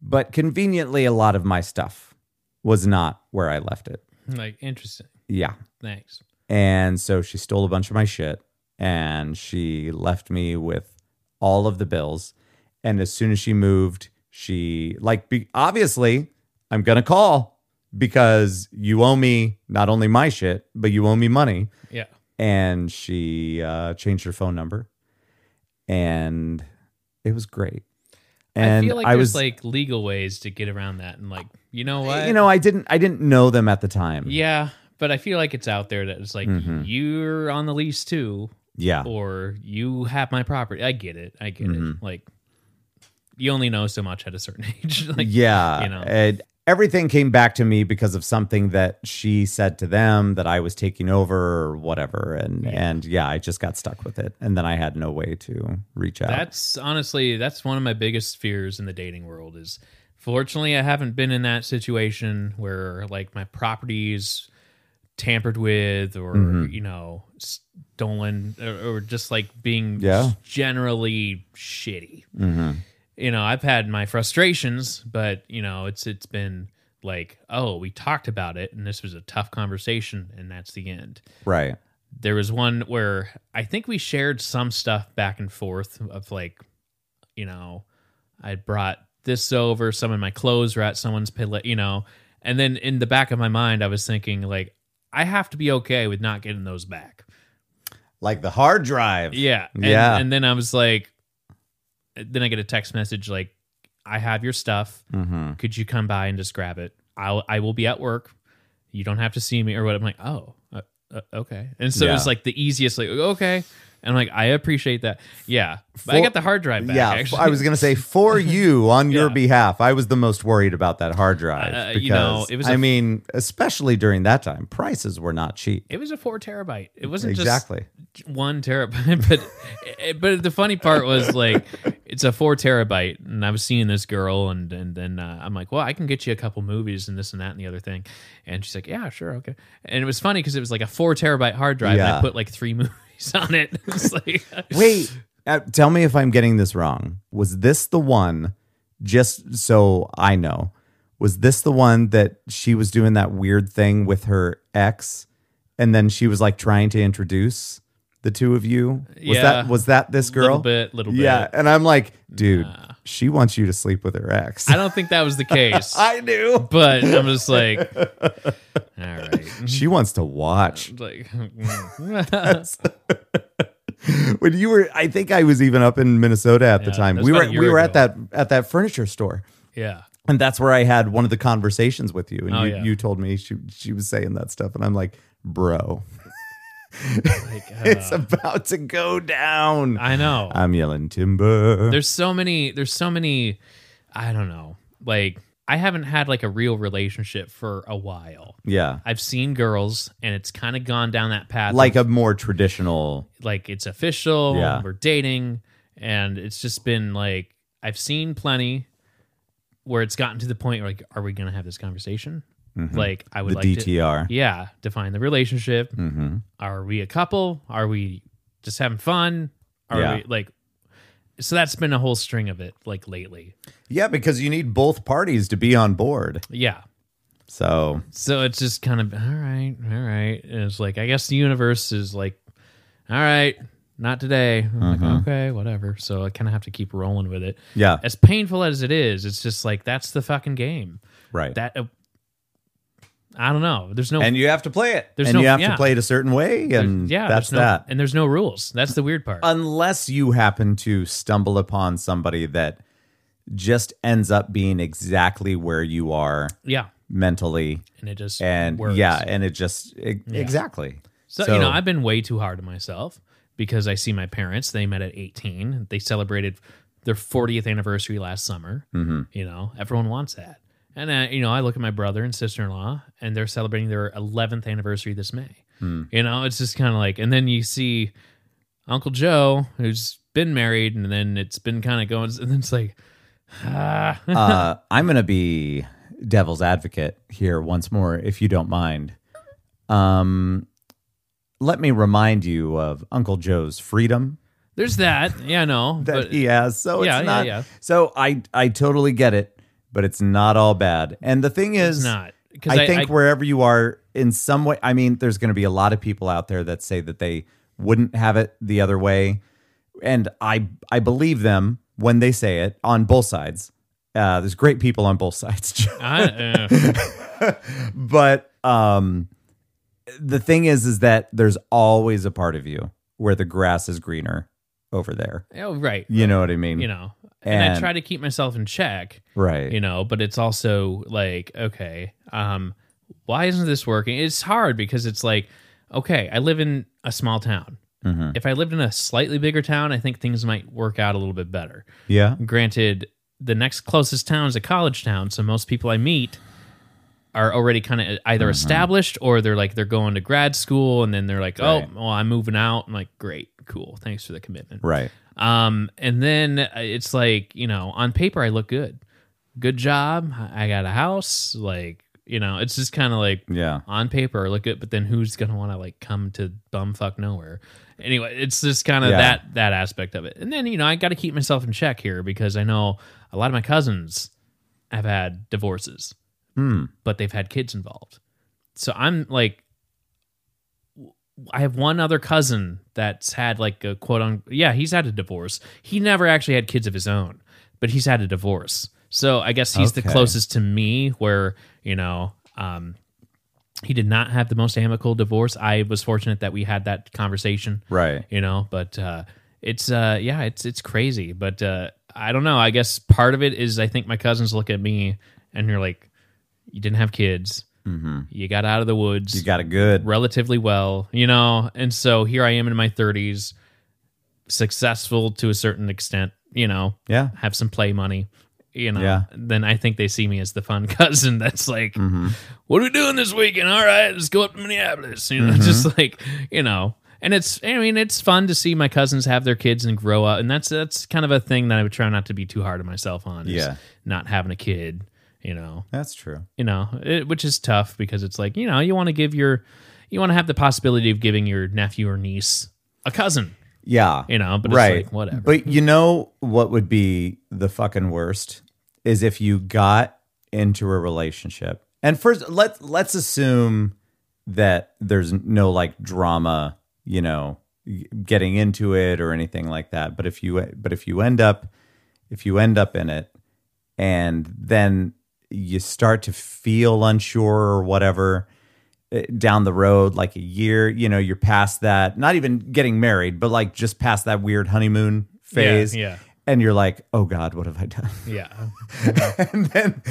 but conveniently, a lot of my stuff was not where I left it. like interesting. Yeah. Thanks. And so she stole a bunch of my shit and she left me with all of the bills. And as soon as she moved, she, like, be, obviously, I'm going to call because you owe me not only my shit, but you owe me money. Yeah. And she uh, changed her phone number. And it was great. And I feel like I there's was like legal ways to get around that, and like you know what, you know, I didn't, I didn't know them at the time. yeah. But I feel like it's out there that it's like Mhm. you're on the lease too, Yeah. or you have my property. I get it, I get it. Like you only know so much at a certain age. like yeah you know. and everything came back to me because of something that she said to them that i was taking over or whatever and and yeah i just got stuck with it and then i had no way to reach out that's honestly that's one of my biggest fears in the dating world is. Fortunately, I haven't been in that situation where like my property's tampered with or you know stolen or, or just like being Yeah. generally shitty Mhm. you know i've had my frustrations but you know it's it's been like oh we talked about it and this was a tough conversation and that's the end right there was one where i think we shared some stuff back and forth of like you know i brought this over some of my clothes were at someone's pillow you know and then in the back of my mind i was thinking like i have to be okay with not getting those back like the hard drive yeah. And, Yeah. And then I was like, then I get a text message like, I have your stuff. Mhm. Could you come by and just grab it? I'll I will be at work. You don't have to see me or what. I'm like, oh, uh, uh, okay. And so it was Yeah. like the easiest, like, okay. And like, I appreciate that. Yeah. But I For- got the hard drive back. yeah, actually. I was gonna say for you on your Yeah. behalf. I was the most worried about that hard drive Uh, because you know, it was I a- mean, especially during that time, prices were not cheap. It was a four terabyte. It wasn't Exactly. just one terabyte, but eh, but the funny part was like it's a four terabyte, and I was seeing this girl, and and then uh, I'm like, well, I can get you a couple movies and this and that and the other thing, and she's like, yeah, sure, okay, and it was funny because it was like a four terabyte hard drive, and I Yeah. put like three movies on it. It's like, Wait, uh, tell me if I'm getting this wrong. Was this the one? Just so I know, was this the one that she was doing that weird thing with her ex, and then she was like trying to introduce the two of you? Was Yeah. that was that this girl? little bit, little bit. Yeah, and I'm like, dude, she wants you to sleep with her ex. I don't think that was the case, I knew. but I'm just like, all right, She wants to watch. like. When you were, I think I was even up in Minnesota at the Yeah, time. that was We were about a year we were at ago. that at that furniture store. Yeah. And that's where I had one of the conversations with you. And Oh, you, yeah. you told me she, she was saying that stuff. And I'm like, Uh. bro, Like, uh, it's about to go down. I, I know. am yelling timber. there's so many. There's so many. I don't know. Like I haven't had like a real relationship for a while. yeah. I've seen girls, and it's kind of gone down that path. Like a more traditional. like it's official. Yeah. We're dating, and it's just been like I've seen plenty where it's gotten to the point where like, are we gonna have this conversation? Like I would mm-hmm, Hmm. The like to, DTR. yeah, define the relationship. Mm-hmm. are we a couple are we just having fun are Yeah. we like so that's been a whole string of it like lately Yeah, because you need both parties to be on board. yeah So so it's just kind of all right all right and it's like i guess the universe is like all right not today I'm like, Uh-huh. okay whatever so i kind of have to keep rolling with it yeah, as painful as it is it's just like that's the fucking game right. that uh, i don't know there's no and you have to play it. There's and no- you have yeah. to play it a certain way. And yeah that's there's no, that. Uh, and there's no rules that's the weird part unless you happen to stumble upon somebody that just ends up being exactly where you are yeah mentally and it just and works. yeah and it just e- exactly So, you know, I've been way too hard on myself because I see my parents. They met at 18. They celebrated their 40th anniversary last summer. Mm-hmm. You know, everyone wants that. And uh, you know, I look at my brother and sister in law, and they're celebrating their 11th anniversary this May. Hmm. You know, it's just kind of like, and then you see Uncle Joe, who's been married, and then it's been kind of going, and then it's like, ah, uh, i'm gonna be devil's advocate here once more if you don't mind um let me remind you of uncle joe's freedom there's that. Yeah, no, that but he has. So Yeah, yeah, it's not. yeah. So I I totally get it, but it's not all bad. And the thing is, it's not because I, think wherever you are in some way, I mean, there's going to be a lot of people out there that say that they wouldn't have it the other way, and I I believe them when they say it on both sides. Uh, there's great people on both sides. Joe I, uh, but um the thing is is that there's always a part of you where the grass is greener over there oh, right. you know what i mean you know and, i And- try to keep myself in check right you know but it's also like okay um why isn't this working it's hard because it's like okay i live in a small town Mhm. if i lived in a slightly bigger town i think things might work out a little bit better yeah granted the next closest town is a college town so most people i meet are already kind of either established or they're like they're going to grad school and then they're like oh Right. well i'm moving out i'm like great cool thanks for the commitment right um, and then uh, it's like, you know, on paper, I look good. Good job. I I got a house. Like, you know, it's just kind of like yeah on paper, I look good, but then who's going to want to like come to bumfuck nowhere? Anyway, it's just kind of Yeah. that, that aspect of it. And then, you know, I got to keep myself in check here because I know a lot of my cousins have had divorces, Hmm. but they've had kids involved. So I'm like, I have one other cousin that's had like a quote on yeah, he's had a divorce. He never actually had kids of his own, but he's had a divorce. So I guess he's the Okay. closest to me where, you know, um he did not have the most amicable divorce. I was fortunate that we had that conversation right you know but uh it's uh yeah it's it's crazy but uh i don't know i guess part of it is i think my cousins look at me and you're like you didn't have kids Mm-hmm. You got out of the woods You got it good. relatively well, you know. And so here I am in my 30s, successful to a certain extent, you know, Yeah. have some play money, you know. Yeah. Then I think they see me as the fun cousin that's like, Mm-hmm. what are we doing this weekend? All right, let's go up to Minneapolis, you Mm-hmm. know, just like, you know. And it's, I mean, it's fun to see my cousins have their kids and grow up, and that's that's kind of a thing that I would try not to be too hard on myself on. Is Yeah. not having a kid, you know That's true. you know, it, which is tough because it's like, you know, you want to give your, you want to have the possibility of giving your nephew or niece a cousin, Yeah. you know, but it's right. like, whatever. But you know what would be the fucking worst is if you got into a relationship. And first let let's assume that there's no like drama, you know, getting into it or anything like that. But if you but if you end up if you end up in it and then you start to feel unsure or whatever eh, down the road like a year you know you're past that not even getting married but like just past that weird honeymoon phase yeah. and you're like oh god what have i done Yeah. Mm-hmm. and then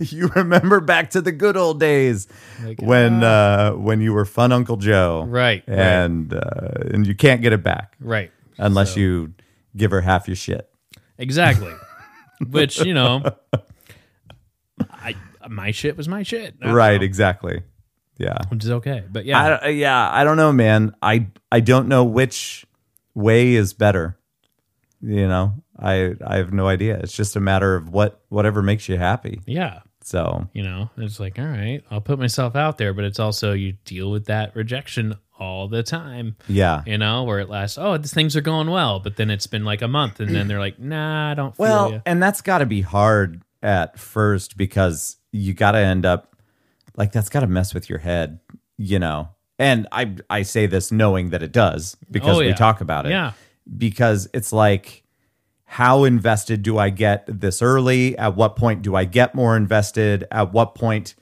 you remember back to the good old days Like, when uh when you were fun uncle joe Right. Right. and uh, and you can't get it back right. unless you give her half your shit Exactly. which, you know, I, my shit was my shit. I don't right know, exactly yeah Which is okay. But yeah. I don't- uh, yeah, I don't know, man. I I don't know which way is better. You know, I I have no idea. It's just a matter of what whatever makes you happy. yeah. So You know, it's like, all right, I'll put myself out there, but it's also you deal with that rejection all the time. yeah, you know, where it lasts, oh, these things are going well, but then it's been like a month, and then they're like, nah, I don't feel well, you. and that's got to be hard at first because you got to end up like that's got to mess with your head. You know, and I I say this knowing that it does because Oh, we yeah. talk about it. Yeah, because it's like how invested do I get this early? At what point do I get more invested? At what point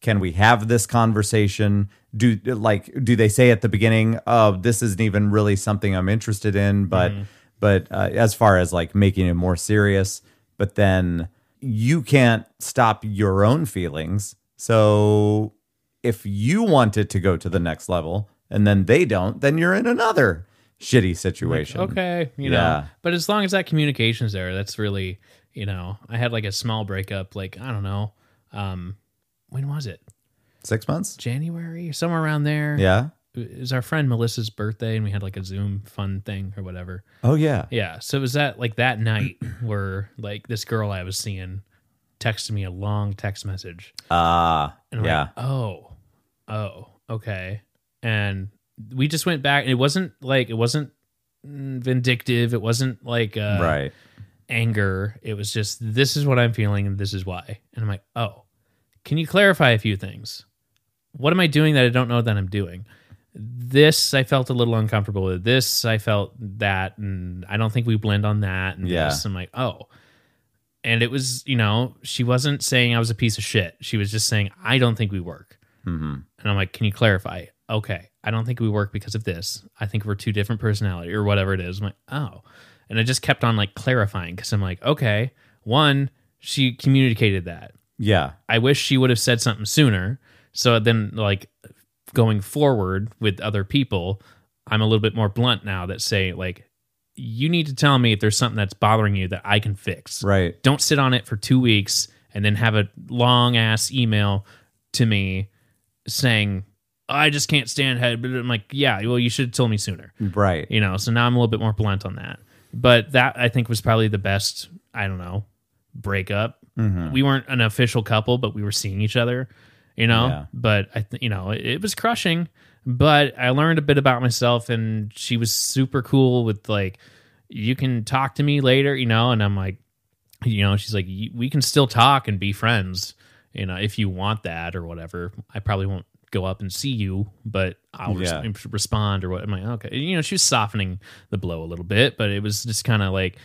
can we have this conversation? Do like do they say at the beginning, "Oh, this isn't even really something I'm interested in," but but uh, as far as like making it more serious, but then you can't stop your own feelings. So if you want it to go to the next level and then they don't, then you're in another shitty situation. okay, Yeah. you know. But as long as that communication's there, that's really, you know, I had like a small breakup, like I don't know, um, when was it? Six months? January, somewhere around there. Yeah. it was our friend Melissa's birthday, and we had like a Zoom fun thing or whatever. Oh yeah. Yeah. So it was that like that night where like this girl I was seeing texted me a long text message. Ah. And I'm yeah. like, oh, oh, okay. And we just went back, and it wasn't like it wasn't mm, vindictive. It wasn't like uh, right. anger. It was just this is what I'm feeling, and this is why. And I'm like, oh, can you clarify a few things? What am I doing that I don't know that I'm doing? This I felt a little uncomfortable with. This I felt that, and I don't think we blend on that. And Yeah. this. I'm like, oh. And it was, you know, she wasn't saying I was a piece of shit. She was just saying, I don't think we work. Mm-hmm. And I'm like, can you clarify? Okay, I don't think we work because of this. I think we're two different personality or whatever it is. I'm like, oh. And I just kept on like clarifying because I'm like, okay, one, she communicated that. Yeah. I wish she would have said something sooner. So then, like, going forward with other people, I'm a little bit more blunt now that say, like, you need to tell me if there's something that's bothering you that I can fix Right. don't sit on it for two weeks and then have a long ass email to me saying i just can't stand head but i'm like yeah well you should have told me sooner Right. you know so now i'm a little bit more blunt on that but that i think was probably the best i don't know breakup Mm-hmm. we weren't an official couple but we were seeing each other you know Yeah. but i th- you know it, it was crushing but i learned a bit about myself and she was super cool with like you can talk to me later you know and i'm like you know she's like "Y- we can still talk and be friends you know if you want that or whatever i probably won't go up and see you but i'll res- Yeah. respond or what am i okay you know she was softening the blow a little bit but it was just kind of like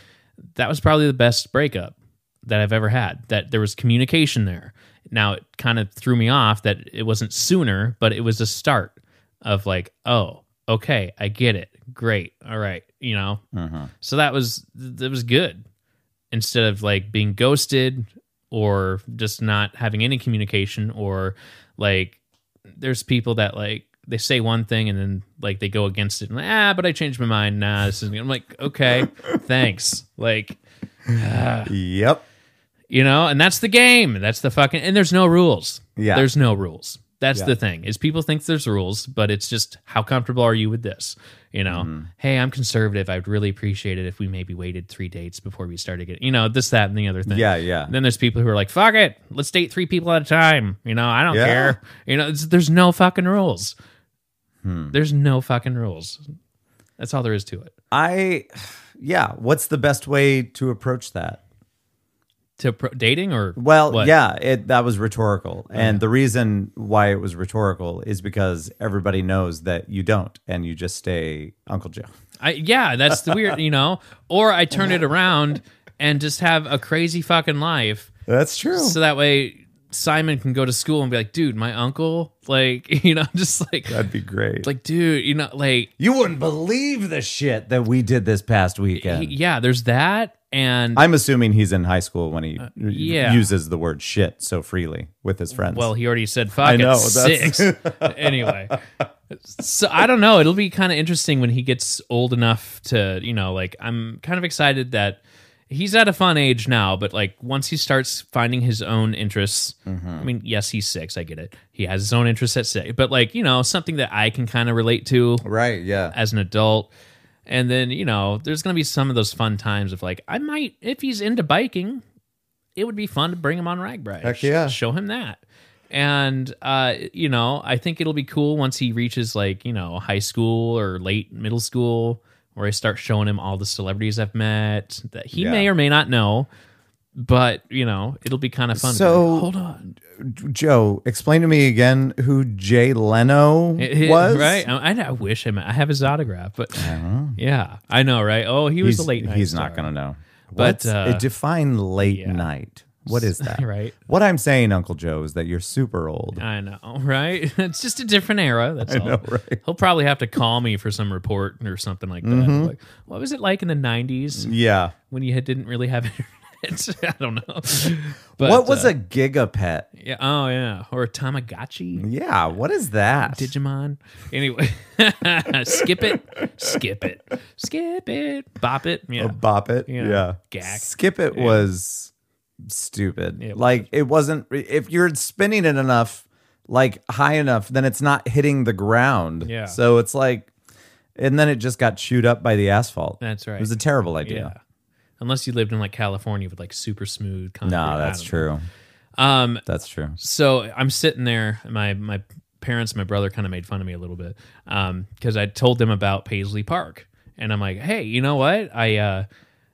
that was probably the best breakup that i've ever had that there was communication there now it kind of threw me off that it wasn't sooner but it was a start of like oh okay i get it great all right you know Mm-hmm. so that was that was good. Instead of like being ghosted or just not having any communication or like there's people that like they say one thing and then like they go against it and like, ah but i changed my mind nah this is i'm like okay thanks like Uh, Yep. you know and that's the game that's the fucking and there's no rules Yeah. there's no rules that's Yeah. the thing is people think there's rules but it's just how comfortable are you with this you know Mm-hmm. hey i'm conservative i'd really appreciate it if we maybe waited three dates before we started getting you know this that and the other thing Yeah, yeah. And then there's people who are like fuck it let's date three people at a time you know i don't Yeah. care you know it's, there's no fucking rules Hmm. there's no fucking rules that's all there is to it I yeah, what's the best way to approach that? to pro- dating or Well, what? Oh, yeah, it that was rhetorical. And the reason why it was rhetorical is because everybody knows that you don't and you just stay Uncle Joe. I yeah, that's the weird, you know. Or I turn it around and just have a crazy fucking life, That's true. so that way Simon can go to school and be like, dude, my uncle, like, you know, just like, That'd be great. like, dude, you know, like, you wouldn't believe the shit that we did this past weekend. he- uh, yeah, there's that, and I'm assuming he's in high school when he yeah. uses the word shit so freely with his friends. well, he already said fuck know, at that's- six anyway. So I don't know. It'll be kind of interesting when he gets old enough to, you know, like I'm kind of excited that he's at a fun age now, but like once he starts finding his own interests, Mm-hmm. I mean, yes, he's six. I get it. He has his own interests at six, but like, you know, something that I can kind of relate to right, yeah. as an adult. And then, you know, there's going to be some of those fun times of like, I might, if he's into biking, it would be fun to bring him on rag ride. Heck yeah. Show him that. And, uh, you know, I think it'll be cool once he reaches like, you know, high school or late middle school where I start showing him all the celebrities I've met that he Yeah. may or may not know. But, you know, it'll be kind of fun. to be like, So- hold on. Joe, explain to me again who Jay Leno was. Right? I, I wish him, I have his autograph, but yeah, I know, right? Oh, he was he's, a late night. He's star. not going to know. But, What's- uh, define late night. What is that? Right. What I'm saying, Uncle Joe, is that you're super old. I know, right? It's just a different era. That's all. right? He'll probably have to call me for some report or something like that. Mm-hmm. Like, what was it like in the '90s Yeah. when you had, didn't really have internet? I don't know. But, what was uh, a gigapet? yeah, oh yeah, or a Tamagotchi, Yeah. What is that? Digimon. Anyway, skip it, skip it, skip it, bop it. Yeah, A bop it. Yeah. Yeah. Gag. Skip it was stupid. it like it wasn't. If you're spinning it enough, like high enough, then it's not hitting the ground. Yeah. So it's like, and then it just got chewed up by the asphalt. That's right. It was a terrible yeah. idea. Unless you lived in like California with like super smooth concrete. I No, that's don't true. know. Um, That's true. so I'm sitting there. and My my parents, my brother, kind of made fun of me a little bit because I told them about Paisley Park, and I'm like, hey, you know what? I uh,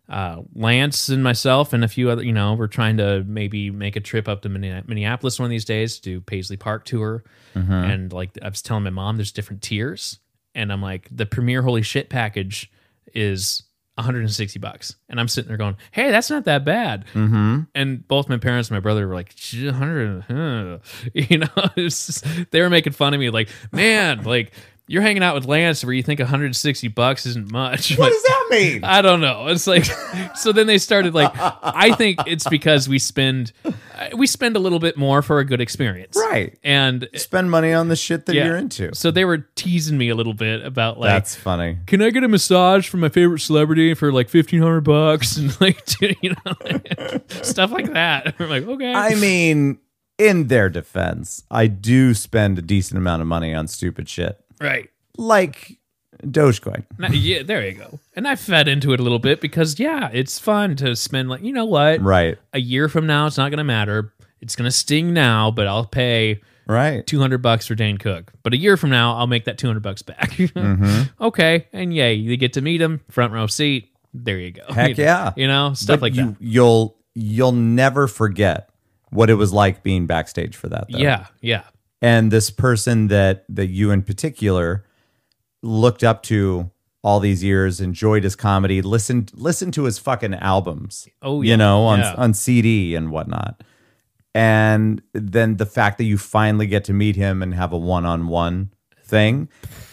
uh, Lance and myself and a few other, you know, we're trying to maybe make a trip up to Minne- Minneapolis one of these days to do Paisley Park tour, and like I was telling my mom, there's different tiers, and I'm like, the premier holy shit package is 160 bucks, and I'm sitting there going, hey, that's not that bad Mm-hmm. and both my parents and my brother were like, "Gee, 100, huh." you know, it's just, they were making fun of me, like, man, like you're hanging out with Lance where you think 160 bucks isn't much. Like, that mean? I don't know. It's like, so then they started like, I think it's because we spend, we spend a little bit more for a good experience, Right. And Spend money on the shit that yeah. you're into. So they were teasing me a little bit about like, That's funny. can I get a massage from my favorite celebrity for like fifteen hundred bucks and like you know stuff like that? I'm like, okay, I mean, in their defense, I do spend a decent amount of money on stupid shit, right? like Dogecoin. And I- yeah, there you go. And I fed into it a little bit because yeah, it's fun to spend like you know what? Right. A year from now, it's not gonna matter. It's gonna sting now, but I'll pay Right. two hundred bucks for Dane Cook. But a year from now, I'll make that two hundred bucks back. Mm-hmm. Okay, and yay, you get to meet him, front row seat. There you go. Heck You know- yeah. You know stuff like you, that. You'll you'll never forget what it was like being backstage for that. Though. Yeah, yeah, And this person that that you in particular looked up to all these years, enjoyed his comedy, listened listened to his fucking albums. Oh, yeah. you know on Yeah. on CD and whatnot. And then the fact that you finally get to meet him and have a one on one thing,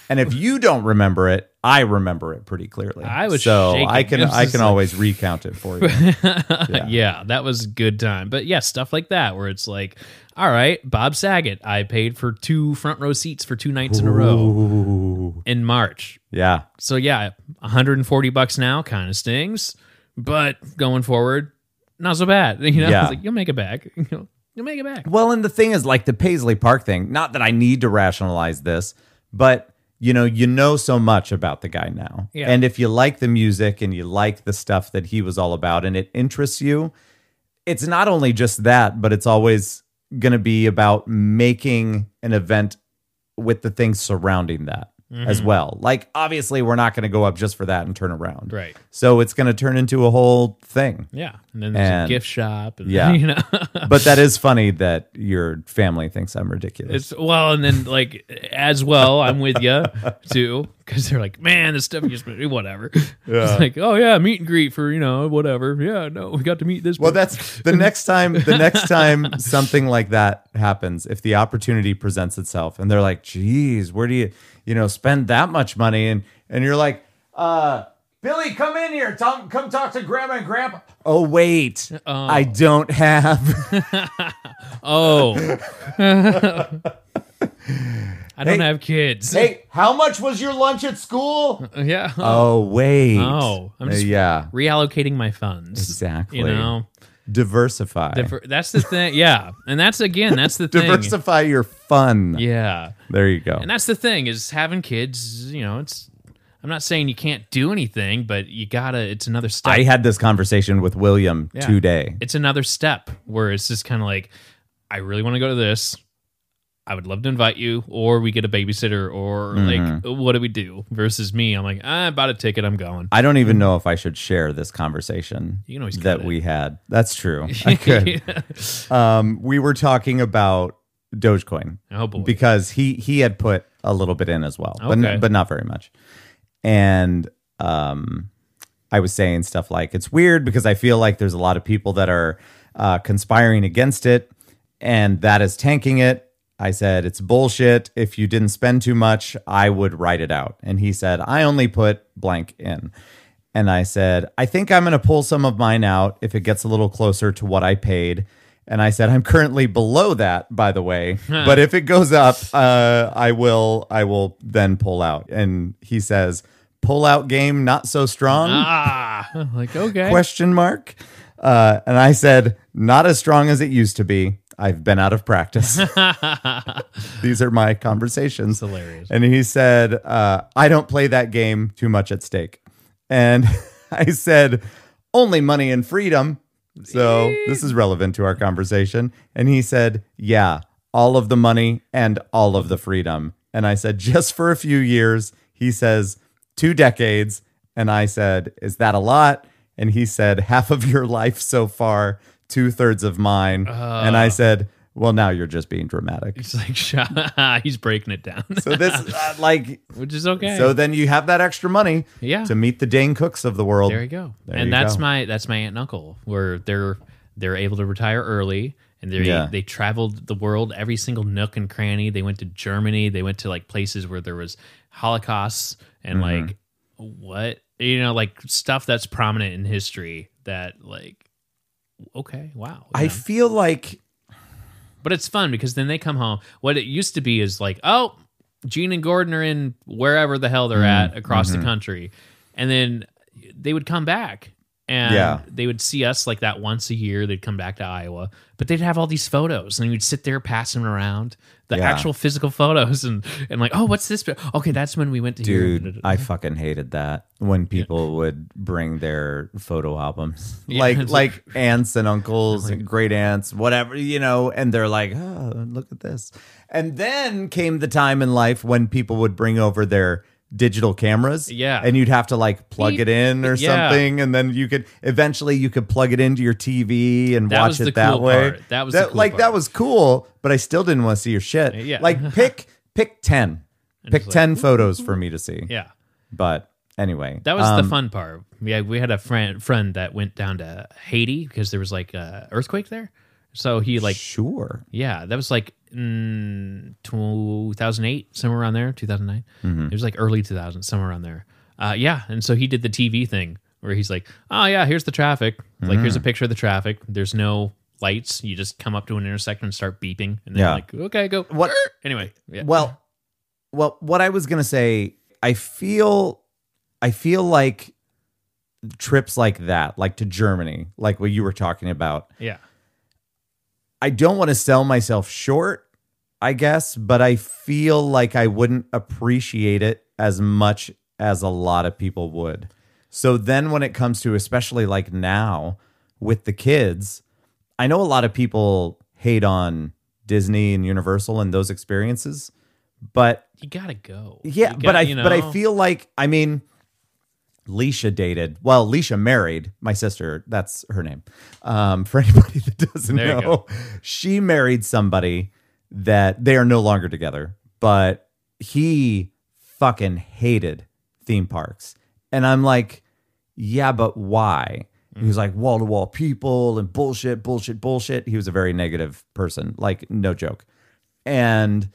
and if you don't remember it, I remember it pretty clearly. I was so shaking. I It can was I just can like- always recount it for you. yeah. that was a good time. But yeah, stuff like that where it's like, all right, Bob Saget, I paid for two front row seats for two nights in a row Ooh. in March. Yeah. So yeah, 140 bucks now kind of stings, but going forward, not so bad. You know, Yeah. it's like you'll make it back. You know, you'll make it back. Well, and the thing is, like the Paisley Park thing, not that I need to rationalize this, but you know, you know so much about the guy now. Yeah. And if you like the music and you like the stuff that he was all about and it interests you, it's not only just that, but it's always going to be about making an event with the things surrounding that Mm-hmm. as well. Like, obviously, we're not going to go up just for that and turn around. Right. So it's going to turn into a whole thing. Yeah. And then there's a And- gift shop and Yeah. you know. But that is funny that your family thinks I'm ridiculous. It's well, and then like as well, I'm with you too, because they're like, man, this stuff you just whatever. It's like, oh yeah, meet and greet for you know whatever. Yeah, no, we got to meet this. Well, person. that's the next time. The next time something like that happens, if the opportunity presents itself, and they're like, "Geez, where do you, you know, spend that much money?" and and you're like, "Uh, Billy, come in here, talk, come talk to Grandma and Grandpa." Oh wait, I don't have. oh, I don't Hey. have kids. hey, how much was your lunch at school? Yeah. Oh wait. Oh, I'm Uh, just- yeah. reallocating my funds. Exactly. You know, Diversify. Diver- that's the thing. Yeah, and that's again, that's the thing. Diversify your fun. Yeah, There you go. and that's the thing is having kids. You know, it's. I'm not saying you can't do anything, but you gotta. It's another step. I had this conversation with William Yeah. today. it's another step where it's just kind of like, I really want to go to this. I would love to invite you, or we get a babysitter, or Mm-hmm. like, what do we do? Versus me, I'm like, I bought a ticket, I'm going. I don't even know if I should share this conversation You can always cut that it. we had. That's true. I could. um, we were talking about Dogecoin Oh boy. because he he had put a little bit in as well, Okay. but but not very much. And um, I was saying stuff like it's weird because I feel like there's a lot of people that are uh, conspiring against it, and that is tanking it. I said it's bullshit. If you didn't spend too much, I would write it out. And he said I only put blank in. And I said, I think I'm going to pull some of mine out if it gets a little closer to what I paid. And I said, I'm currently below that, by the way. but if it goes up, uh, I will. I will then pull out. And he says, pull out game not so strong? ah, I'm like okay. Question mark. Uh, and I said, not as strong as it used to be. I've been out of practice. These are my conversations. hilarious. And he said, uh, I don't play that game too much at stake. And I said, only money and freedom. So this is relevant to our conversation. And he said, yeah, all of the money and all of the freedom. And I said, just for a few years. He says, two decades. And I said, is that a lot? And he said, half of your life so far, two thirds of mine. and I said, well, now you're just being dramatic. It's like shut- he's breaking it down, So this, uh, like, which is okay. so then you have that extra money Yeah. to meet the Dane Cooks of the world. There you go. There and you that's go. my that's my aunt and uncle where they're they're able to retire early and they Yeah. they traveled the world every single nook and cranny. They went to Germany, they went to like places where there was holocausts and Mm-hmm. like what you know like stuff that's prominent in history that like okay, wow. you I know? feel like But it's fun because then they come home. What it used to be is like, oh, Gene and Gordon are in wherever the hell they're Mm, at across mm-hmm. the country. And then they would come back and Yeah. they would see us like that once a year. They'd come back to Iowa, but they'd have all these photos and we'd sit there passing them around the Yeah. actual physical photos and, and like, oh, what's this? pi- Okay, that's when we went to here." dude i fucking hated that when people would bring their photo albums Yeah, like it's like aunts and uncles and great aunts whatever you know and they're like oh look at this and then came the time in life when people would bring over their digital cameras Yeah. and you'd have to like plug it in or Yeah. something and then you could eventually you could plug it into your tv and That watch was it the that cool way part. That was the cool like that part. was cool but i still didn't want to see your shit Yeah. like pick pick 10 pick just like, 10 photos for me to see yeah. but anyway, That was um, the fun part. Yeah, we had a friend friend that went down to Haiti because there was like a earthquake there, So he like sure. yeah, that was like mm, 2008, somewhere around there, 2009. Mm-hmm. It was like early 2000, somewhere around there. Uh, yeah, and so he did the TV thing where he's like, "Oh yeah, here's the traffic. Like here's a Mm-hmm. picture of the traffic. There's no lights. You just come up to an intersection and start beeping, and then Yeah. like, okay, go." What- Anyway, yeah. Well, well, what I was gonna say, I feel, I feel like trips like that, like to Germany, like what you were talking about. yeah, I don't want to sell myself short, I guess, but I feel like I wouldn't appreciate it as much as a lot of people would. So then when it comes to, especially like now with the kids, I know a lot of people hate on Disney and Universal and those experiences, but you gotta go. yeah, You but gotta- I you but I know. feel like I mean, Leisha dated. Well, Leisha married my sister. That's her name. Um, for anybody that doesn't There you know, she married somebody that they are no longer together. But he fucking hated theme parks, and I'm like, yeah, but why? He Mm. was like wall to wall people and bullshit, bullshit, bullshit. He was a very negative person, like no joke. And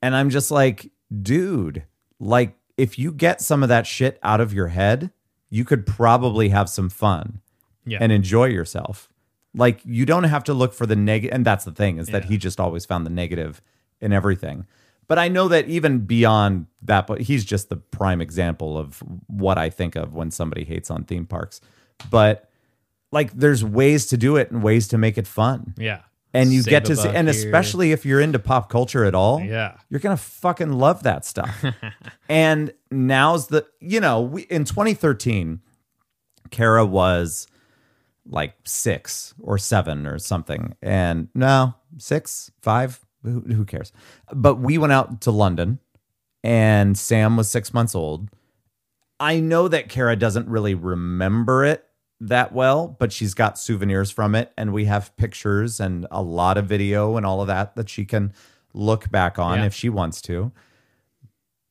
and I'm just like, dude, like if you get some of that shit out of your head, you could probably have some fun Yeah. and enjoy yourself. Like you don't have to look for the negative. And that's the thing is that Yeah. he just always found the negative in everything. But I know that even beyond that, but he's just the prime example of what I think of when somebody hates on theme parks. But like there's ways to do it and ways to make it fun. yeah, And you Save get a to see, buck and here. especially if you're into pop culture at all, yeah, you're gonna fucking love that stuff. and now's the you know we, in 2013, Kara was like six or seven or something, and no six, five, who, who cares? But we went out to London, and Sam was six months old. I know that Kara doesn't really remember it that well, but she's got souvenirs from it, and we have pictures and a lot of video and all of that that she can look back on Yeah. if she wants to.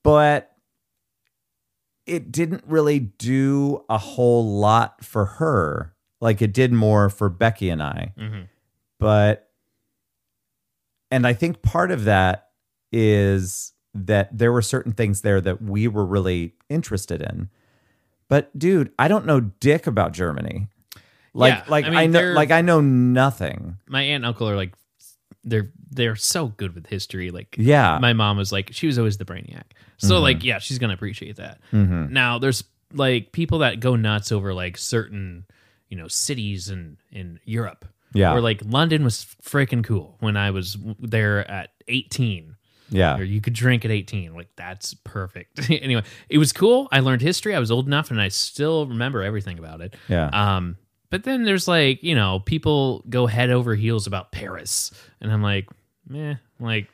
But it didn't really do a whole lot for her. Like it did more for Becky and I. Mhm. But, and I think part of that is that there were certain things there that we were really interested in. But dude, I don't know dick about Germany. Like Yeah, like I I, mean, know they're- like I know nothing. my aunt and uncle are like, they're they're so good with history. Like, Yeah. my mom was like, she was always the brainiac. So Mhm. like, yeah, she's gonna appreciate that. Mhm. Now there's like people that go nuts over like certain, you know, cities in in Europe. Yeah. Or like London was freaking cool when I was w- there at 18. Or yeah. you could drink at 18. Like that's perfect. anyway, it was cool. I learned history. I was old enough and I still remember everything about it. Yeah. Um, but then there's like, you know, people go head over heels about Paris. And I'm like, meh, like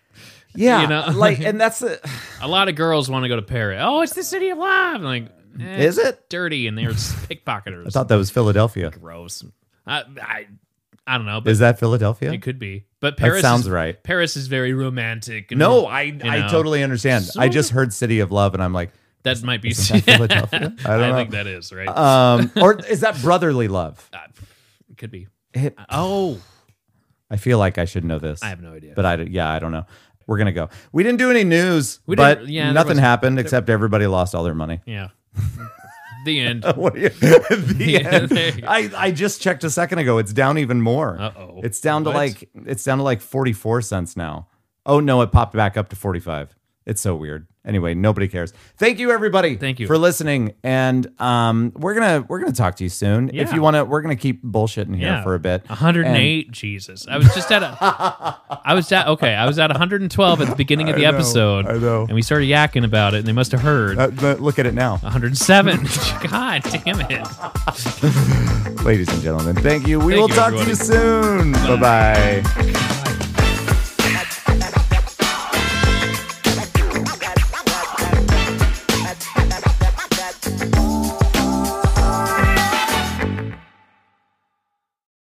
yeah. you know, like and that's the a lot of girls want to go to Paris. Oh, it's the city of love. I'm like, eh, Is it's it? dirty? And they're I pickpocketers. thought that was Philadelphia. Gross. I, I, I don't know, but Is that Philadelphia? it could be. But That Paris sounds is, right. Paris is very romantic. and No, I I know. totally understand. So I just heard City of Love and I'm like, that might be. Isn't that Philadelphia? I don't know. think that is right. um or is that brotherly love? Uh, it could be. It- Oh, I feel like I should know this. I have no idea. but I yeah, I don't know. We're gonna go. We didn't do any news, We but didn't- yeah, there nothing wasn't- happened except everybody lost all their money. yeah. the end. What are you- the Yeah, end. there you go. I I just checked a second ago. It's down even more. Uh-oh. It's down to What? like it's down to like forty four cents now. Oh no, it popped back up to forty five. It's so weird. Anyway, nobody cares. Thank you everybody. Thank you. for listening. And um, we're gonna we're gonna talk to you soon. If Yeah. you wanna, we're gonna keep bullshitting here Yeah. for a bit. 108 jesus i was just at a i was at okay i was at 112 at the beginning of the I know, episode I know. and we started yakking about it and they must have heard Uh, but look at it now. 107 god damn it Ladies and gentlemen, thank you. We Uh. will Thank you, talk to everybody. you soon. Bye bye.